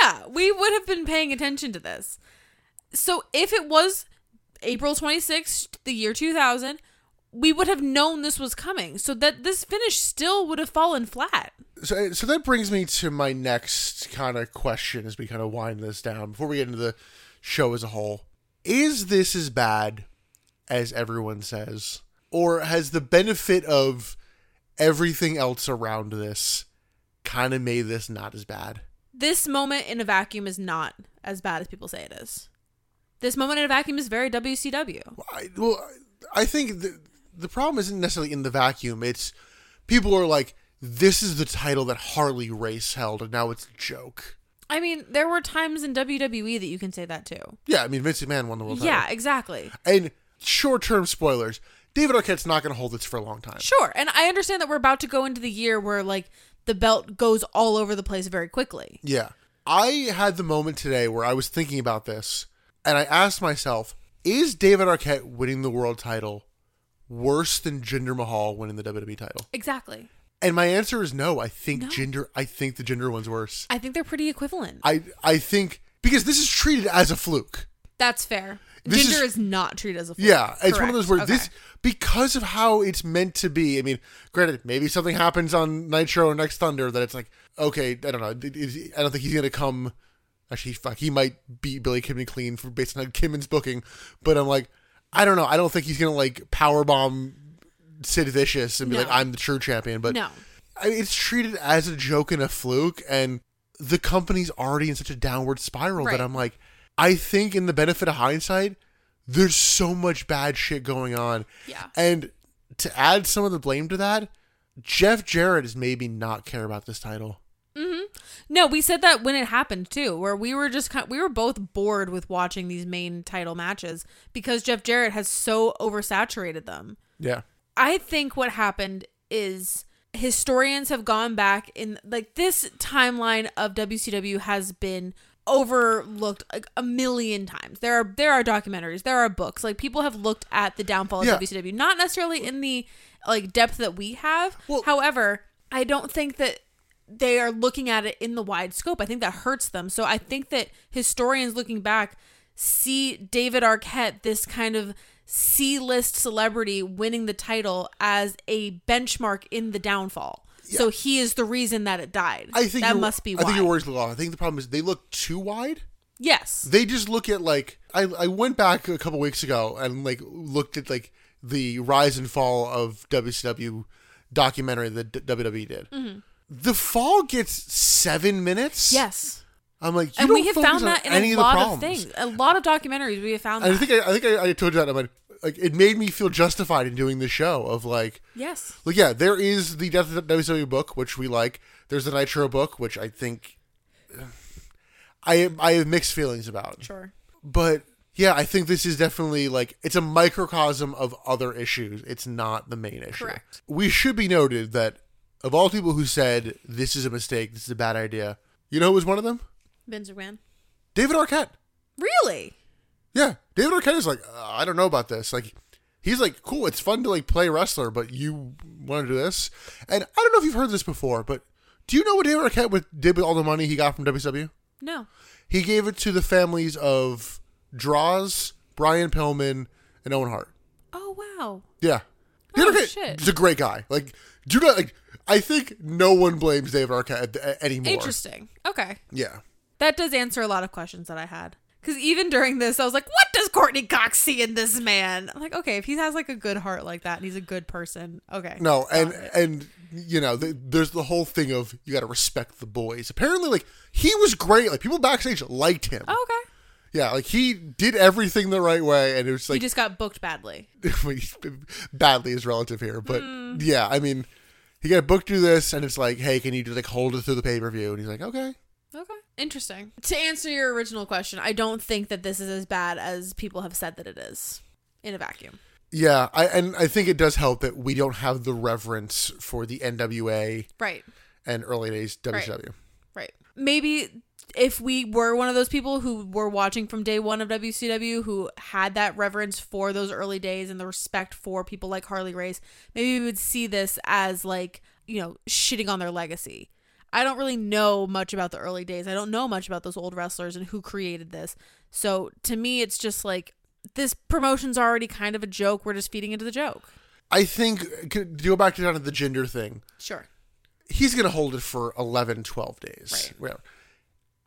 Yeah, we would have been paying attention to this. So if it was April 26th, the year 2000, we would have known this was coming. So that this finish still would have fallen flat.
So so that brings me to my next kind of question as we kind of wind this down before we get into the show as a whole. Is this as bad as everyone says, or has the benefit of everything else around this kind of made this not as bad?
This moment in a vacuum is not as bad as people say it is. This moment in a vacuum is very WCW.
I, well, I think the the problem isn't necessarily in the vacuum. It's people are like, this is the title that Harley Race held, and now it's a joke.
I mean, there were times in WWE that you can say that too.
Yeah, I mean Vince McMahon won the world
Yeah, exactly.
title. And short term spoilers: David Arquette's not going to hold this for a long time.
Sure. And I understand that we're about to go into the year where like the belt goes all over the place very quickly.
Yeah, I had the moment today where I was thinking about this, and I asked myself, is David Arquette winning the world title worse than Jinder Mahal winning the WWE title?
Exactly.
And my answer is no. I think
No.
Jinder. I think the Jinder one's worse.
I think they're pretty equivalent.
I I think because this is treated as a fluke.
That's fair.
This
Ginger
is-
is, not treated as a fluke.
Yeah, it's one of those where
Correct.
this
Okay.
because of how it's meant to be. I mean, granted, maybe something happens on Nitro or Next Thunder that it's like, okay, I don't know. It- it- I don't think he's gonna come. Actually, fuck, he might beat Billy Kidman clean for based on Kidman's booking, but I'm like, I don't know. I don't think he's gonna like powerbomb Sid Vicious and be
No.
like, I'm the true champion. But
no.
I mean, it's treated as a joke and a fluke, and the company's already in such a downward spiral
Right.
that I'm like, I think in the benefit of hindsight, there's so much bad shit going on.
Yeah.
And to add some of the blame to that, Jeff Jarrett is maybe not care about this title.
No, we said that when it happened too, where we were just kind we were both bored with watching these main title matches because Jeff Jarrett has so oversaturated them.
Yeah.
I think what happened is historians have gone back in like this timeline of WCW has been overlooked like a million times. There are there are documentaries, there are books. Like people have looked at the downfall of
Yeah.
WCW, not necessarily in the like depth that we have.
Well-
However, I don't think that they are looking at it in the wide scope. I think that hurts them. So I think that historians looking back see David Arquette, this kind of C list celebrity, winning the title as a benchmark in the downfall. So he is the reason that it died.
I think
that
you're-
must be
I think
why.
your worries a lot. I think the problem is they look too wide.
yes.
They just look at like I, I went back a couple weeks ago and like looked at like the rise and fall of WCW documentary that D- WWE did.
Mm-hmm.
The fall gets seven minutes.
Yes.
I'm like, you
And
don't
we have
focus
found
on
that in
any
a
of the
lot of,
problems.
things. A lot of documentaries we have found
And I
that.
think I, I think I, I told you that. I'm like, like, it made me feel justified in doing this show of like,
yes.
like yeah, there is the Death of WCW book which we like. There's the Nitro book which I think I I have mixed feelings about.
Sure.
But yeah, I think this is definitely like it's a microcosm of other issues. It's not the main issue.
Correct.
We should be noted that of all people who said this is a mistake, this is a bad idea, you know who was one of them?
Vince McMahon.
David Arquette.
Really?
Yeah, David Arquette is like, uh, I don't know about this. Like, he's like, cool, it's fun to like play wrestler, but you want to do this? And I don't know if you've heard this before, but do you know what David Arquette with, did with all the money he got from E? WCW?
No.
He gave it to the families of Draws, Brian Pillman, and Owen Hart.
Oh wow.
Yeah,
Oh,
David Arquette
shit.
is a great guy. Like, do you not like? I think no one blames David Arquette uh, anymore.
Interesting. Okay.
Yeah.
That does answer a lot of questions that I had. Because even during this, I was like, what does Courtney Cox see in this man? I'm like, okay, if he has like a good heart like that and he's a good person, okay.
No,
got
and
it.
and you know, th there's the whole thing of you got to respect the boys. Apparently, like he was great. Like people backstage liked him.
Oh, okay.
Yeah, like he did everything the right way, and it was
He
like
just got booked badly.
badly is relative here, but
Hmm.
yeah, I mean, he got booked to this, and it's like, hey, can you just like hold it through the pay per view? And he's like, okay.
Okay. Interesting. To answer your original question, I don't think that this is as bad as people have said that it is in a vacuum.
Yeah, I and I think it does help that we don't have the reverence for the NWA
Right.
and early days E. WCW.
Right. Maybe if we were one of those people who were watching from day one of WCW who had that reverence for those early days and the respect for people like Harley Race, maybe we would see this as like, you know, shitting on their legacy. I don't really know much about the early days. I don't know much about those old wrestlers and who created this. So to me, it's just like this promotion's already kind of a joke. We're just feeding into the joke.
I think to go back to kind of the gender thing.
Sure.
he's going to hold it for 11 12 days whatever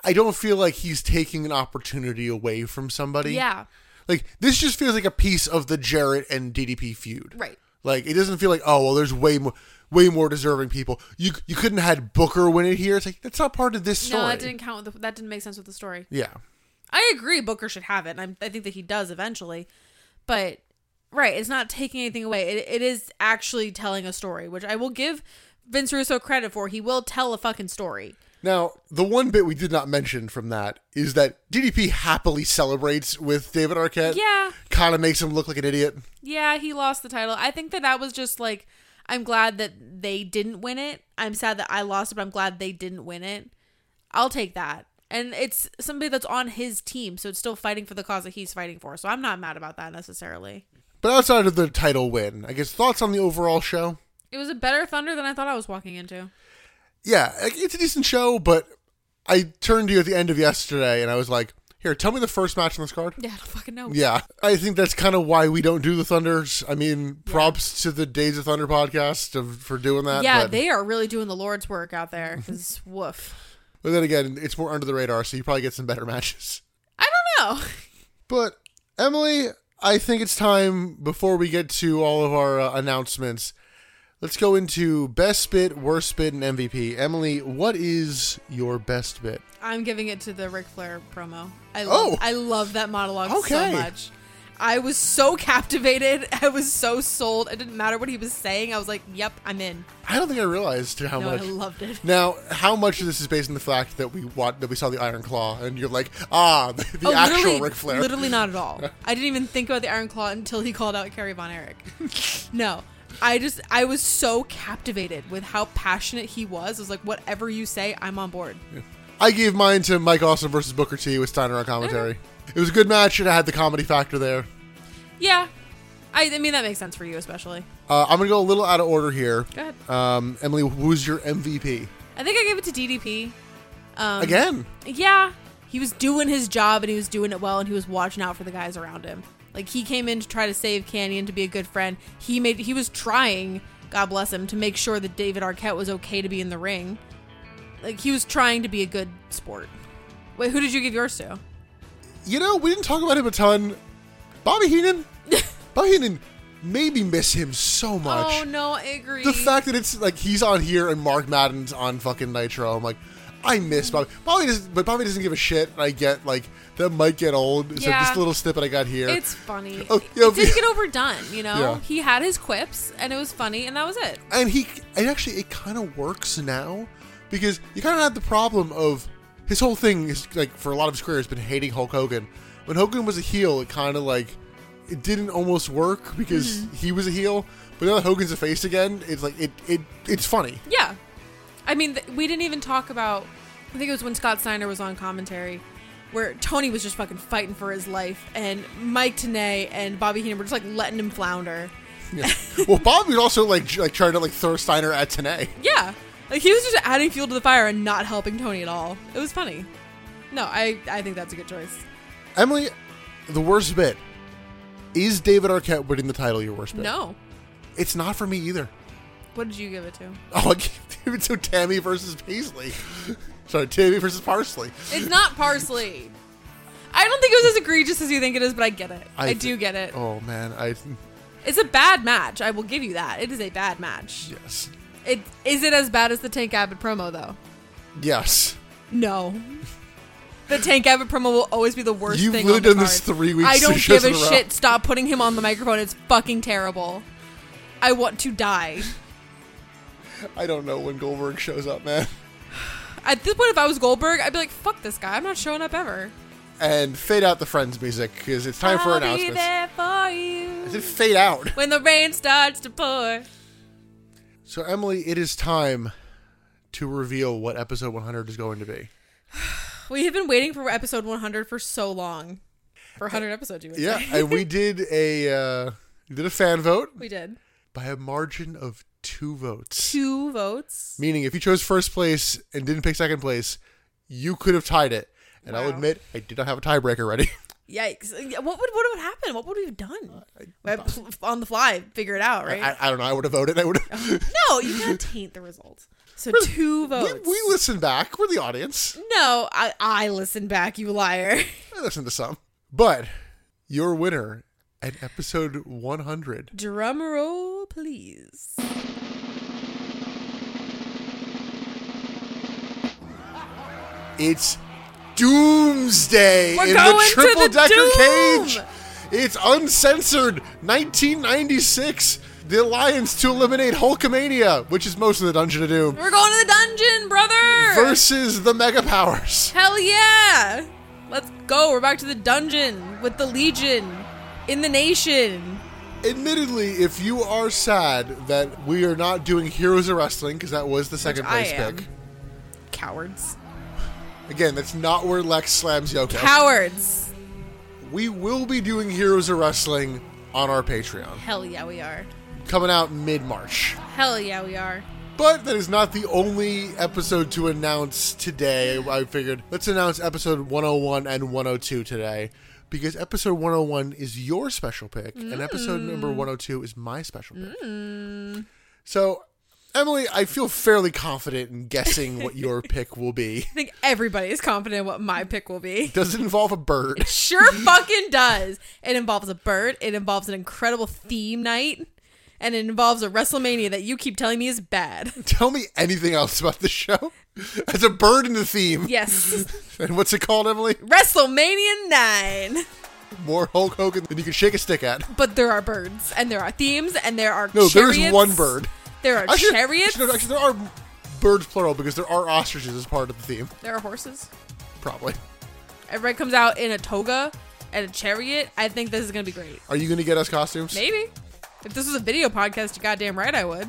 i don't feel like he's taking an opportunity away from somebody
Yeah.
like this just feels like a piece of the jarrett and ddp feud
Right.
like it doesn't feel like oh well there's way more way more deserving people you you couldn't have had booker win it here it's like that's not part of this story
No, that didn't count. With the, that didn't make sense with the story.
yeah
I agree Booker should have it, and I'm, I think that he does eventually. But right, it's not taking anything away. It, it is actually telling a story, which I will give Vince Russo credit for. He will tell a fucking story.
now the one bit we did not mention from that is that ddp happily celebrates with david arquette
Yeah,
kind of makes him look like an idiot
yeah, he lost the title. I think that that was just like I'm glad that they didn't win it. I'm sad that I lost it, but I'm glad they didn't win it. I'll take that. And it's somebody that's on his team, so it's still fighting for the cause that he's fighting for. So I'm not mad about that necessarily.
but outside of the title win i guess thoughts on the overall show
It was a better Thunder than I thought I was walking into.
yeah, like, it's a decent show, but I turned to you at the end of yesterday and I was like, here, tell me the first match on this card.
Yeah, I don't fucking know.
Yeah, I think that's kind of why we don't do the Thunders. I mean, props to the Days of Thunder podcast of, for doing that.
Yeah,
but,
they are really doing the Lord's work out there. Because woof,
but then again, it's more under the radar, so you probably get some better matches.
I don't know.
But Emily, I think it's time before we get to all of our uh, announcements. Let's go into best bit, worst bit, and MVP. Emily, what is your best bit?
I'm giving it to the Ric Flair promo. I
Oh.
love, I love that monologue so
Okay.
much. I was so captivated. I was so sold. It didn't matter what he was saying. I was like, "Yep, I'm in."
I don't think I realized how
no,
much
I loved it.
Now, how much of this is based on the fact that we wa that we saw the Iron Claw, and you're like, ah, the, the
Oh,
actual
literally-
Ric Flair.
Literally not at all. I didn't even think about the Iron Claw until he called out Kerry Von Erich. No. I just I was so captivated with how passionate he was. I was like, whatever you say, I'm on board.
I gave mine to Mike Austin versus Booker T with Steiner on commentary. It was a good match, and I had the comedy factor there.
Yeah. I, I mean, that makes sense for you, especially.
Uh, I'm gonna go a little out of order here.
Go ahead.
Um, Emily, who's your MVP?
I think I gave it to DDP. Um,
Again,
Yeah. He was doing his job and he was doing it well and he was watching out for the guys around him. Like he came in to try to save Canyon to be a good friend. He made he was trying, God bless him, to make sure that David Arquette was okay to be in the ring. Like he was trying to be a good sport. Wait, who did you give yours to?
you know, we didn't talk about him a ton. Bobby Heenan, Bobby Heenan made me miss him so much.
Oh no, I agree.
The fact that it's like he's on here and Mark Madden's on fucking Nitro, I'm like, I miss
Mm.
Bobby. Bobby doesn't, but Bobby doesn't give a shit. I get like that might get old. So
Yeah.
just a little snippet I got here.
it's funny.
Oh, yeah,
it didn't
yeah.
get overdone, you know.
Yeah.
He had his quips and it was funny and that was it.
and he and actually it kind of works now because you kind of had the problem of his whole thing is like for a lot of his career has been hating Hulk Hogan. When Hogan was a heel, it kind of like it didn't almost work because he was a heel. But now that Hogan's a face again, it's like it it it's funny.
Yeah. I mean, th- we didn't even talk about. I think it was when Scott Steiner was on commentary, where Tony was just fucking fighting for his life, and Mike Tanay and Bobby Heenan were just like letting him flounder.
Yeah. well, Bobby would also like j- like try to like throw Steiner at Tanay.
Yeah. Like he was just adding fuel to the fire and not helping Tony at all. It was funny. No, I, I think that's a good choice.
Emily, the worst bit is David Arquette winning the title. Your worst bit?
No.
it's not for me either.
What did you give it to?
Oh, I gave David so Tammy versus Paisley. Sorry, Tammy versus Parsley.
It's not parsley. I don't think it was as egregious as you think it is, but I get it. I,
th-
do get it.
Oh man, I
It's a bad match. I will give you that. It is a bad match.
yes,
It is it as bad as the Tank Abbott promo though?
yes.
No. The Tank Abbott promo will always be the worst
You've
thing.
literally
on the
done this
card.
three weeks
I don't
in shows
give a,
in a row.
shit. Stop putting him on the microphone. It's fucking terrible. I want to die.
I don't know when Goldberg shows up, man.
At this point, if I was Goldberg, I'd be like, "Fuck this guy. I'm not showing up ever."
And fade out the Friends music because it's time for
I'll
announcements.
Be there for
I said
you
fade out.
when the rain starts to pour.
So Emily, it is time to reveal what episode 100 is going to be.
We have been waiting for episode 100 for so long. For 100 episodes, you would
Yeah,
say.
and we did a uh, we did a fan vote
We did
by a margin of two votes.
two votes.
Meaning, if you chose first place and didn't pick second place, you could have tied it. And I'll
Wow.
admit, I did not have a tiebreaker ready.
Yikes! Yeah, What would what would happen? What would we have done? We had pl- on the fly, figure it out, right?
I, I don't know. I would have voted. I would. have
no, you can't taint the results. So two
we,
Oh, votes.
we listen back. We're the audience.
no, I I listen back, you liar.
I listen to some. But your winner at episode 100
Drum roll, please.
It's Doomsday
We're
in
going
the
to the
triple decker
doom!
cage. It's uncensored 1996. The Alliance to eliminate Hulkamania, which is most of the Dungeon of Doom,
We're going to the dungeon, brother.
versus the Mega Powers.
Hell yeah! Let's go. We're back to the dungeon with the Legion in the nation.
Admittedly, if you are sad that we are not doing Heroes of Wrestling, because that was the second
I
place
am.
pick,
Cowards.
again, that's not where Lex slams Yoko.
Cowards.
we will be doing Heroes of Wrestling on our Patreon,
Hell yeah, we are.
coming out mid March.
Hell yeah, we are.
But that is not the only episode to announce today. I figured let's announce episode 101 and 102 today because episode 101 is your special pick and episode number 102 is my special pick. So, Emily, I feel fairly confident in guessing what your pick will be.
I think everybody is confident in what my pick will be.
Does it involve a bird?
Sure fucking does. It involves a bird. It involves an incredible theme night. And it involves a WrestleMania that you keep telling me is bad.
Tell me anything else about the show. As a bird in the theme.
Yes.
And what's it called, Emily?
WrestleMania 9.
More Hulk Hogan than you can shake a stick at.
But there are birds. And there are themes. And there are
No, there
chariots.
is one bird.
There are
Actually,
chariots.
actually, no, actually, there are birds plural because there are ostriches as part of the theme,
there are horses.
probably.
Everybody comes out in a toga and a chariot. I think this is going to be great.
Are you going to get us costumes?
Maybe. If this was a video podcast, you're goddamn right I would.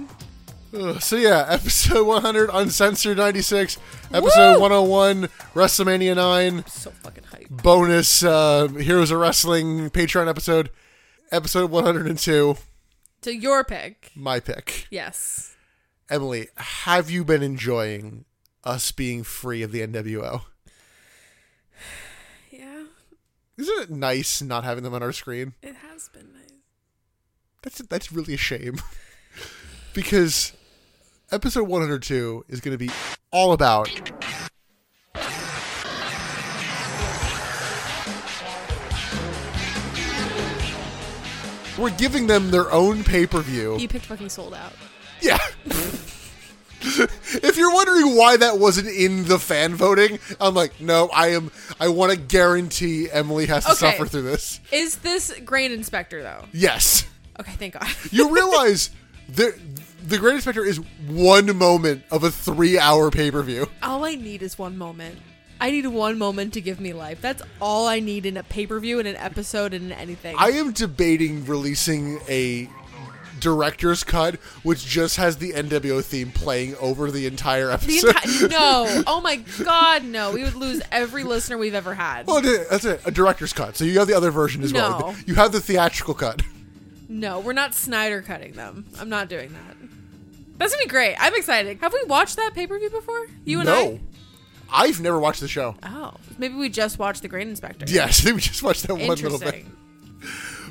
Ugh, so yeah, episode 100 uncensored 96, episode
Woo!
101 WrestleMania 9
So fucking hype.
bonus uh, Heroes of Wrestling Patreon episode, episode 102
To your pick.
my pick.
Yes.
Emily, have you been enjoying us being free of the NWO.
Yeah,
Isn't it nice not having them on our screen?
it has been nice.
That's that's really a shame. because episode 102 is going to be all about We're giving them their own pay-per-view.
You picked fucking sold out.
Yeah. if you're wondering why that wasn't in the fan voting, I'm like, no, I am. I want to guarantee Emily has to
Okay.
suffer through this.
Is this Grain Inspector though?
Yes.
Okay, thank God.
You realize the the Great Inspector is one moment of a three hour pay per view.
all I need is one moment. I need one moment to give me life. That's all I need in a pay per view and an episode and in anything.
I am debating releasing a director's cut which just has the NWO theme playing over the entire
the
episode.
entire no. Oh my God, no. We would lose every listener we've ever had.
Well, that's it. A director's cut. So you have the other version as well.
No.
You have the theatrical cut.
No, we're not Snyder cutting them. I'm not doing that. That's gonna be great. I'm excited. Have we watched that pay per view before? You and
no. I? have never watched the show.
I? Oh, maybe we just watched The Grain Inspector.
Yes, I think we just watched that one little bit.
Interesting.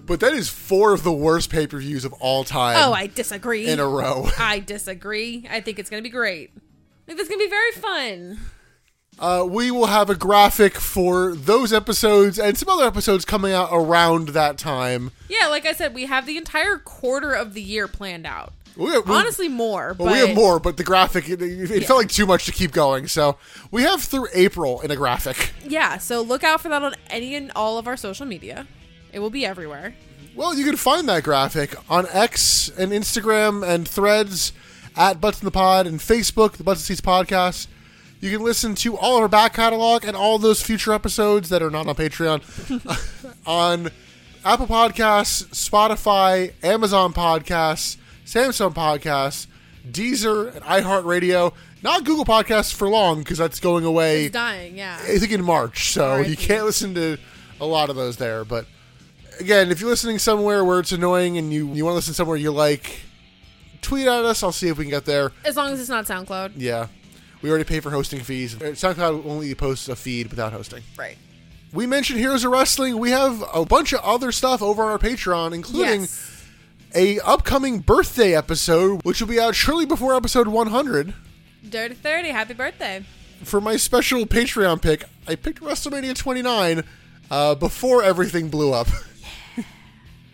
But that is four of the worst pay per views of all time
Oh, I disagree.
in a row.
I disagree. I think it's gonna be great. I think that's gonna be very fun.
Uh, we will have a graphic for those episodes and some other episodes coming out around that time.
Yeah, like I said, we have the entire quarter of the year planned out.
We have, we-
Honestly, more.
well,
but
we have more, but the graphic, it, it felt like too much to keep going. So we have through April in a graphic.
Yeah, so look out for that on any and all of our social media. It will be everywhere.
Well, you can find that graphic on X and Instagram and threads at Butts in the Pod and Facebook, the Butts and Seats Podcast. You can listen to all of our back catalog and all those future episodes that are not on Patreon on Apple Podcasts, Spotify, Amazon Podcasts, Samsung Podcasts, Deezer, and iHeartRadio. Not Google Podcasts for long because that's going away.
It's dying, yeah.
I think in March, so
RIP.
you can't listen to a lot of those there. But again, if you're listening somewhere where it's annoying and you, you want to listen somewhere you like, tweet at us. I'll see if we can get there.
As long as it's not SoundCloud.
Yeah. We already pay for hosting fees. Uh, SoundCloud only posts a feed without hosting.
Right.
We mentioned Heroes of Wrestling. We have a bunch of other stuff over on our Patreon, including
Yes.
a upcoming birthday episode, which will be out shortly before episode 100.
Dirty 30, happy birthday.
for my special Patreon pick, I picked WrestleMania 29 uh, before everything blew up.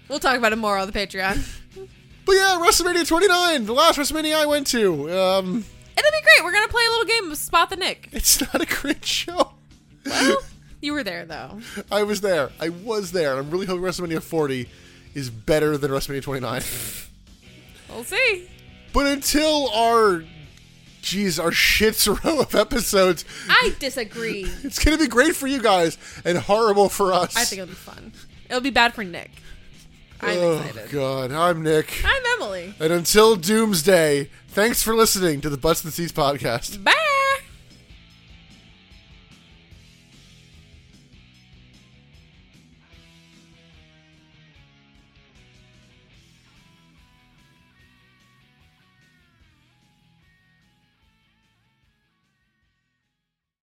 We'll talk about it more on the Patreon. It'll
But yeah, WrestleMania 29, the last WrestleMania I went to. Um,
be great. We're going to play a little game of Spot the Nick.
it's not a great show.
You were there, though.
I was there. I was there. I'm really hoping WrestleMania 40 is better than WrestleMania 29.
We'll see.
but until our, jeez, our shits row of episodes,
I disagree.
it's gonna be great for you guys and horrible for us.
I think it'll be fun. It'll be bad for Nick. I'm
oh
excited.
God, I'm Nick.
I'm Emily.
And until doomsday, thanks for listening to the Butts and Seats podcast.
Bye.